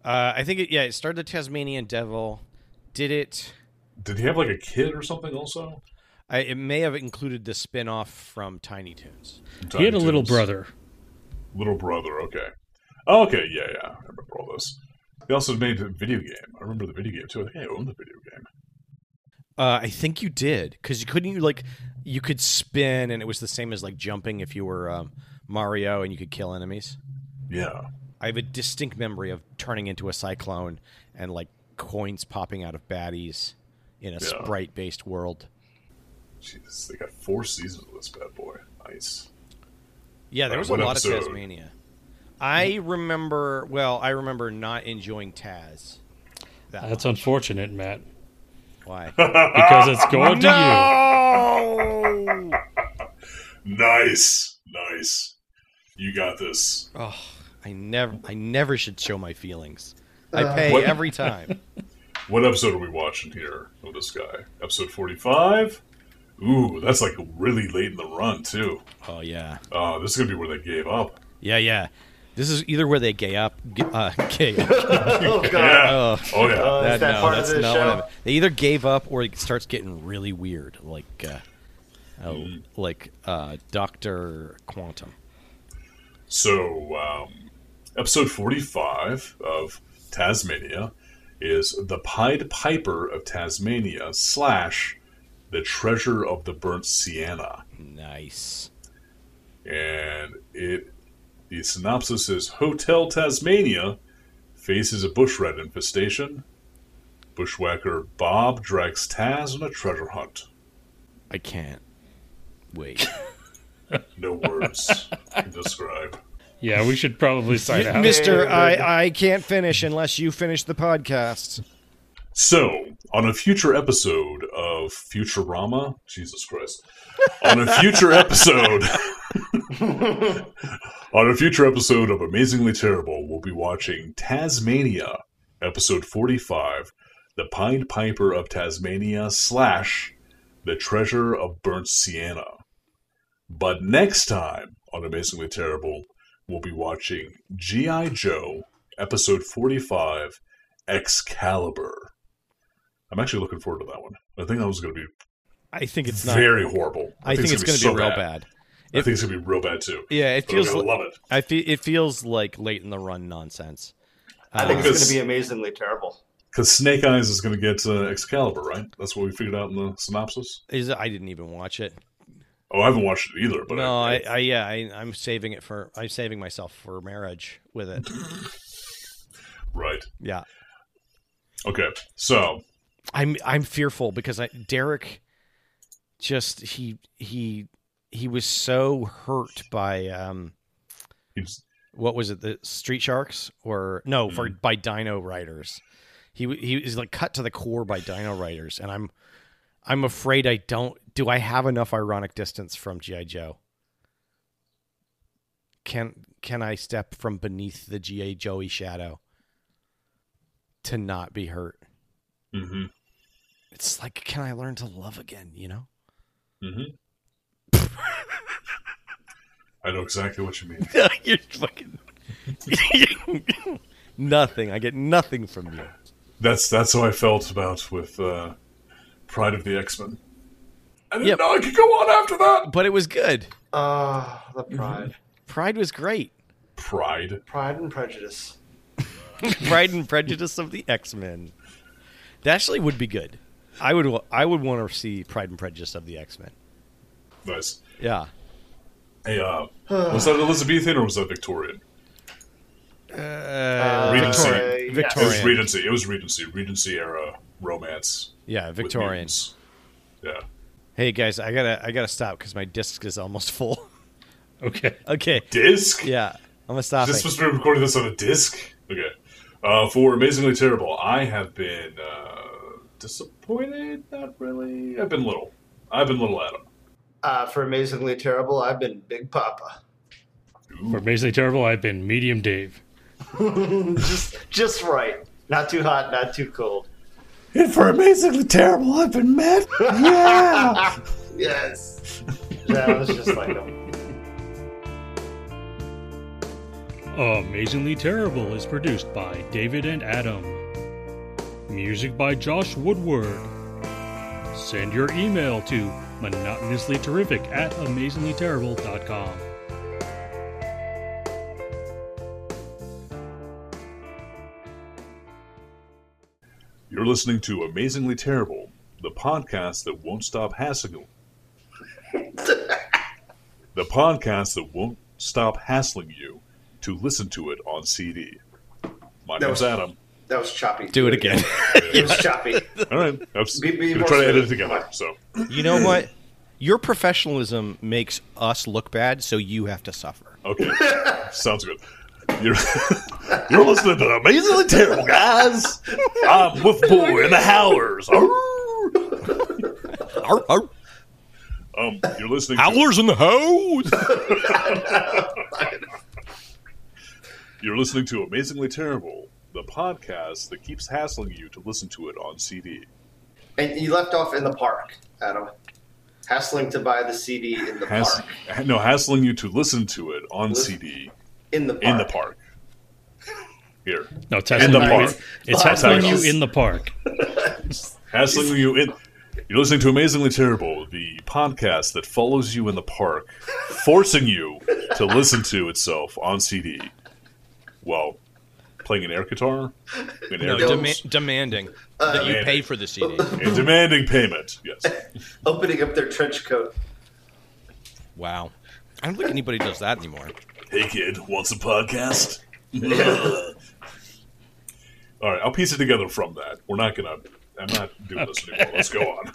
Speaker 3: Uh, I think it. Yeah, it started the Tasmanian Devil. Did it?
Speaker 1: Did he have like a kid or something also?
Speaker 3: I, it may have included the spin-off from Tiny Toons.
Speaker 2: He had a
Speaker 1: Tiny
Speaker 2: little
Speaker 1: Toons.
Speaker 2: brother.
Speaker 1: Little brother, okay. Oh, okay, yeah, yeah. I remember all this. They also made a video game. I remember the video game too. I think I owned the video game.
Speaker 3: Uh, I think you did because you couldn't. You like you could spin, and it was the same as like jumping if you were um, Mario, and you could kill enemies.
Speaker 1: Yeah.
Speaker 3: I have a distinct memory of turning into a cyclone and like coins popping out of baddies in a
Speaker 1: Yeah.
Speaker 3: sprite-based world.
Speaker 1: Jeez, they got four seasons of this bad boy. Nice.
Speaker 3: Yeah, there
Speaker 1: Uh,
Speaker 3: was a
Speaker 1: what
Speaker 3: lot
Speaker 1: episode?
Speaker 3: of Tasmania. I remember. Well, I remember not enjoying Taz. That
Speaker 2: That's
Speaker 3: That's
Speaker 2: unfortunate, Matt,
Speaker 3: why.
Speaker 2: because it's going to
Speaker 3: no.
Speaker 1: Nice. Nice. You got this.
Speaker 3: Oh, I never. I never should show my feelings. I pay
Speaker 1: What-
Speaker 3: every time.
Speaker 1: What episode are we watching here of this guy? Episode 45? Ooh, that's like really late in the run, too.
Speaker 3: oh yeah.
Speaker 1: Uh, this is going to be where they gave up.
Speaker 3: Yeah yeah. This is either where they gay up, g- uh, gay. Up.
Speaker 4: Oh god.
Speaker 1: Yeah.
Speaker 3: Oh,
Speaker 1: Oh, yeah.
Speaker 4: Uh, is that
Speaker 3: no,
Speaker 4: part of
Speaker 3: that's
Speaker 4: the
Speaker 3: not
Speaker 4: show?
Speaker 3: What I meant. they either gave up or it starts getting really weird, like, uh, uh,
Speaker 4: Hmm.
Speaker 3: like uh, Doctor Quantum.
Speaker 1: so, um, episode 45 of Tasmania is The Pied Piper of Tasmania slash The Treasure of the Burnt Sienna.
Speaker 3: Nice.
Speaker 1: and it the synopsis is Hotel Tasmania faces a bushrat infestation. Bushwhacker Bob drags Taz on a treasure hunt.
Speaker 3: I can't wait.
Speaker 1: No words can describe.
Speaker 2: Yeah, we should probably sign out.
Speaker 3: Mister, I, I can't finish unless you finish the podcast.
Speaker 1: So, on a future episode of Futurama, Jesus Christ, on a future episode, on a future episode of Amazingly Terrible, we'll be watching Tasmania, episode 45, The Pied Piper of Tasmania slash The Treasure of Burnt Sienna. But next time on Amazingly Terrible, we'll be watching G.I. Joe, episode 45, Excalibur. I'm actually looking forward to that one. I think that one's going to be
Speaker 3: I think it's not.
Speaker 1: very horrible.
Speaker 3: I think it's going to be,
Speaker 1: gonna
Speaker 3: real
Speaker 1: so
Speaker 3: bad.
Speaker 1: I think it's going to be real bad too.
Speaker 3: Yeah, it
Speaker 1: But I'm
Speaker 3: feels.
Speaker 1: gonna
Speaker 3: Li-
Speaker 1: love it.
Speaker 3: I feel it feels like late in the run nonsense. Uh,
Speaker 4: I think it's
Speaker 1: Because-
Speaker 4: going to be amazingly terrible.
Speaker 1: Because Snake Eyes is going to get uh, Excalibur, right? That's what we figured out in the synopsis.
Speaker 3: Is I didn't even watch it.
Speaker 1: Oh, I haven't watched it either. But
Speaker 3: no,
Speaker 1: I,
Speaker 3: I, I yeah, I, I'm saving it for. I'm saving myself for marriage with it.
Speaker 1: right.
Speaker 3: Yeah,
Speaker 1: Okay, so
Speaker 3: I'm I'm fearful because I Derek, just he he he was so hurt by um
Speaker 1: he's,
Speaker 3: what was it the Street Sharks or no for by Dino Riders. He w- he is like cut to the core by Dino Riders, and I'm I'm afraid I don't. Do I have enough ironic distance from GI Joe? Can can I step from beneath the GI Joey shadow to not be hurt?
Speaker 1: hmm
Speaker 3: It's like, can I learn to love again? You know.
Speaker 1: hmm I know exactly what you mean.
Speaker 3: You're fucking nothing. I get nothing from you.
Speaker 1: That's that's how I felt about with uh, Pride of the X Men. I didn't
Speaker 3: Yep.
Speaker 1: know I could go on after that.
Speaker 3: But it was good.
Speaker 4: Ah, the pride,
Speaker 3: Pride was great.
Speaker 1: Pride.
Speaker 4: pride and prejudice.
Speaker 3: Pride and Prejudice of the X Men. That actually would be good. I would. wa- I would want to see Pride and Prejudice of the X Men.
Speaker 1: Nice.
Speaker 3: Yeah.
Speaker 1: Hey, uh, was that Elizabethan or was that Victorian? Regency. It was
Speaker 3: Uh,
Speaker 4: Victorian.
Speaker 3: Victorian.
Speaker 1: Regency. It was Regency. Regency era romance.
Speaker 3: Yeah,
Speaker 1: with
Speaker 3: Victorian.
Speaker 1: mutants. Yeah.
Speaker 3: Hey guys, I gotta. I gotta stop because my disc is almost full.
Speaker 2: Okay.
Speaker 3: okay.
Speaker 1: Disc.
Speaker 3: Yeah. I'm gonna stop.
Speaker 1: Is this
Speaker 3: it.
Speaker 1: supposed to be recording this on a disc? Okay. Uh, for Amazingly Terrible, I have been uh, disappointed. Not really. I've been little. I've been little Adam.
Speaker 4: Uh, for amazingly terrible, I've been Big Papa.
Speaker 2: For Amazingly Terrible, I've been Medium Dave.
Speaker 4: just, just right. Not too hot, not too cold.
Speaker 9: For amazingly terrible, I've been mad.
Speaker 4: Yes. That was just like him.
Speaker 2: Amazingly Terrible is produced by David and Adam. Music by Josh Woodward. Send your email to monotonouslyterrific at amazinglyterrible.com.
Speaker 1: You're listening to Amazingly Terrible, the podcast that won't stop hassling. the podcast that won't stop hassling you to listen to it on CD. My
Speaker 4: That
Speaker 1: name's
Speaker 4: was-
Speaker 1: Adam.
Speaker 4: That was choppy.
Speaker 3: Do it again.
Speaker 4: It was choppy.
Speaker 1: All right, I'm s-
Speaker 4: Be- be
Speaker 1: gonna
Speaker 4: more
Speaker 1: try to edit it
Speaker 4: serious.
Speaker 1: together. So
Speaker 3: You know what? Your professionalism makes us look bad, so you have to suffer.
Speaker 1: Okay. Sounds good. You're, you're listening to Amazingly Terrible, guys. I'm with Boy and the Howlers. Arr!
Speaker 3: Arr, arr.
Speaker 1: Um, you're listening to,
Speaker 3: Howlers in the hose.
Speaker 1: you're listening to Amazingly Terrible, the podcast that keeps hassling you to listen to it on CD.
Speaker 4: And you left off in the park, Adam. Hassling to buy the CD in the
Speaker 1: Hass-
Speaker 4: park.
Speaker 1: no, hassling you to listen to it on
Speaker 4: Listen-
Speaker 1: CD
Speaker 4: In the park.
Speaker 1: in the park. Here,
Speaker 2: No, it's hassling
Speaker 1: the
Speaker 2: you
Speaker 1: park.
Speaker 2: in- It's
Speaker 4: Oh,
Speaker 2: hassling
Speaker 1: tacos.
Speaker 2: you in the park.
Speaker 1: hassling you in. You're listening to Amazingly Terrible, the podcast that follows you in the park, forcing you to listen to itself on CD while playing an air guitar, an air
Speaker 3: No,
Speaker 1: guitar,
Speaker 3: dema- Uh, demanding that you
Speaker 1: Demanding.
Speaker 3: pay for the CD.
Speaker 1: and demanding payment. Yes,
Speaker 4: Opening up their trench coat.
Speaker 3: Wow. I don't think anybody does that anymore.
Speaker 1: hey kid, want some podcast? All right, I'll piece it together from that. We're not gonna. I'm not doing this anymore. Let's go on.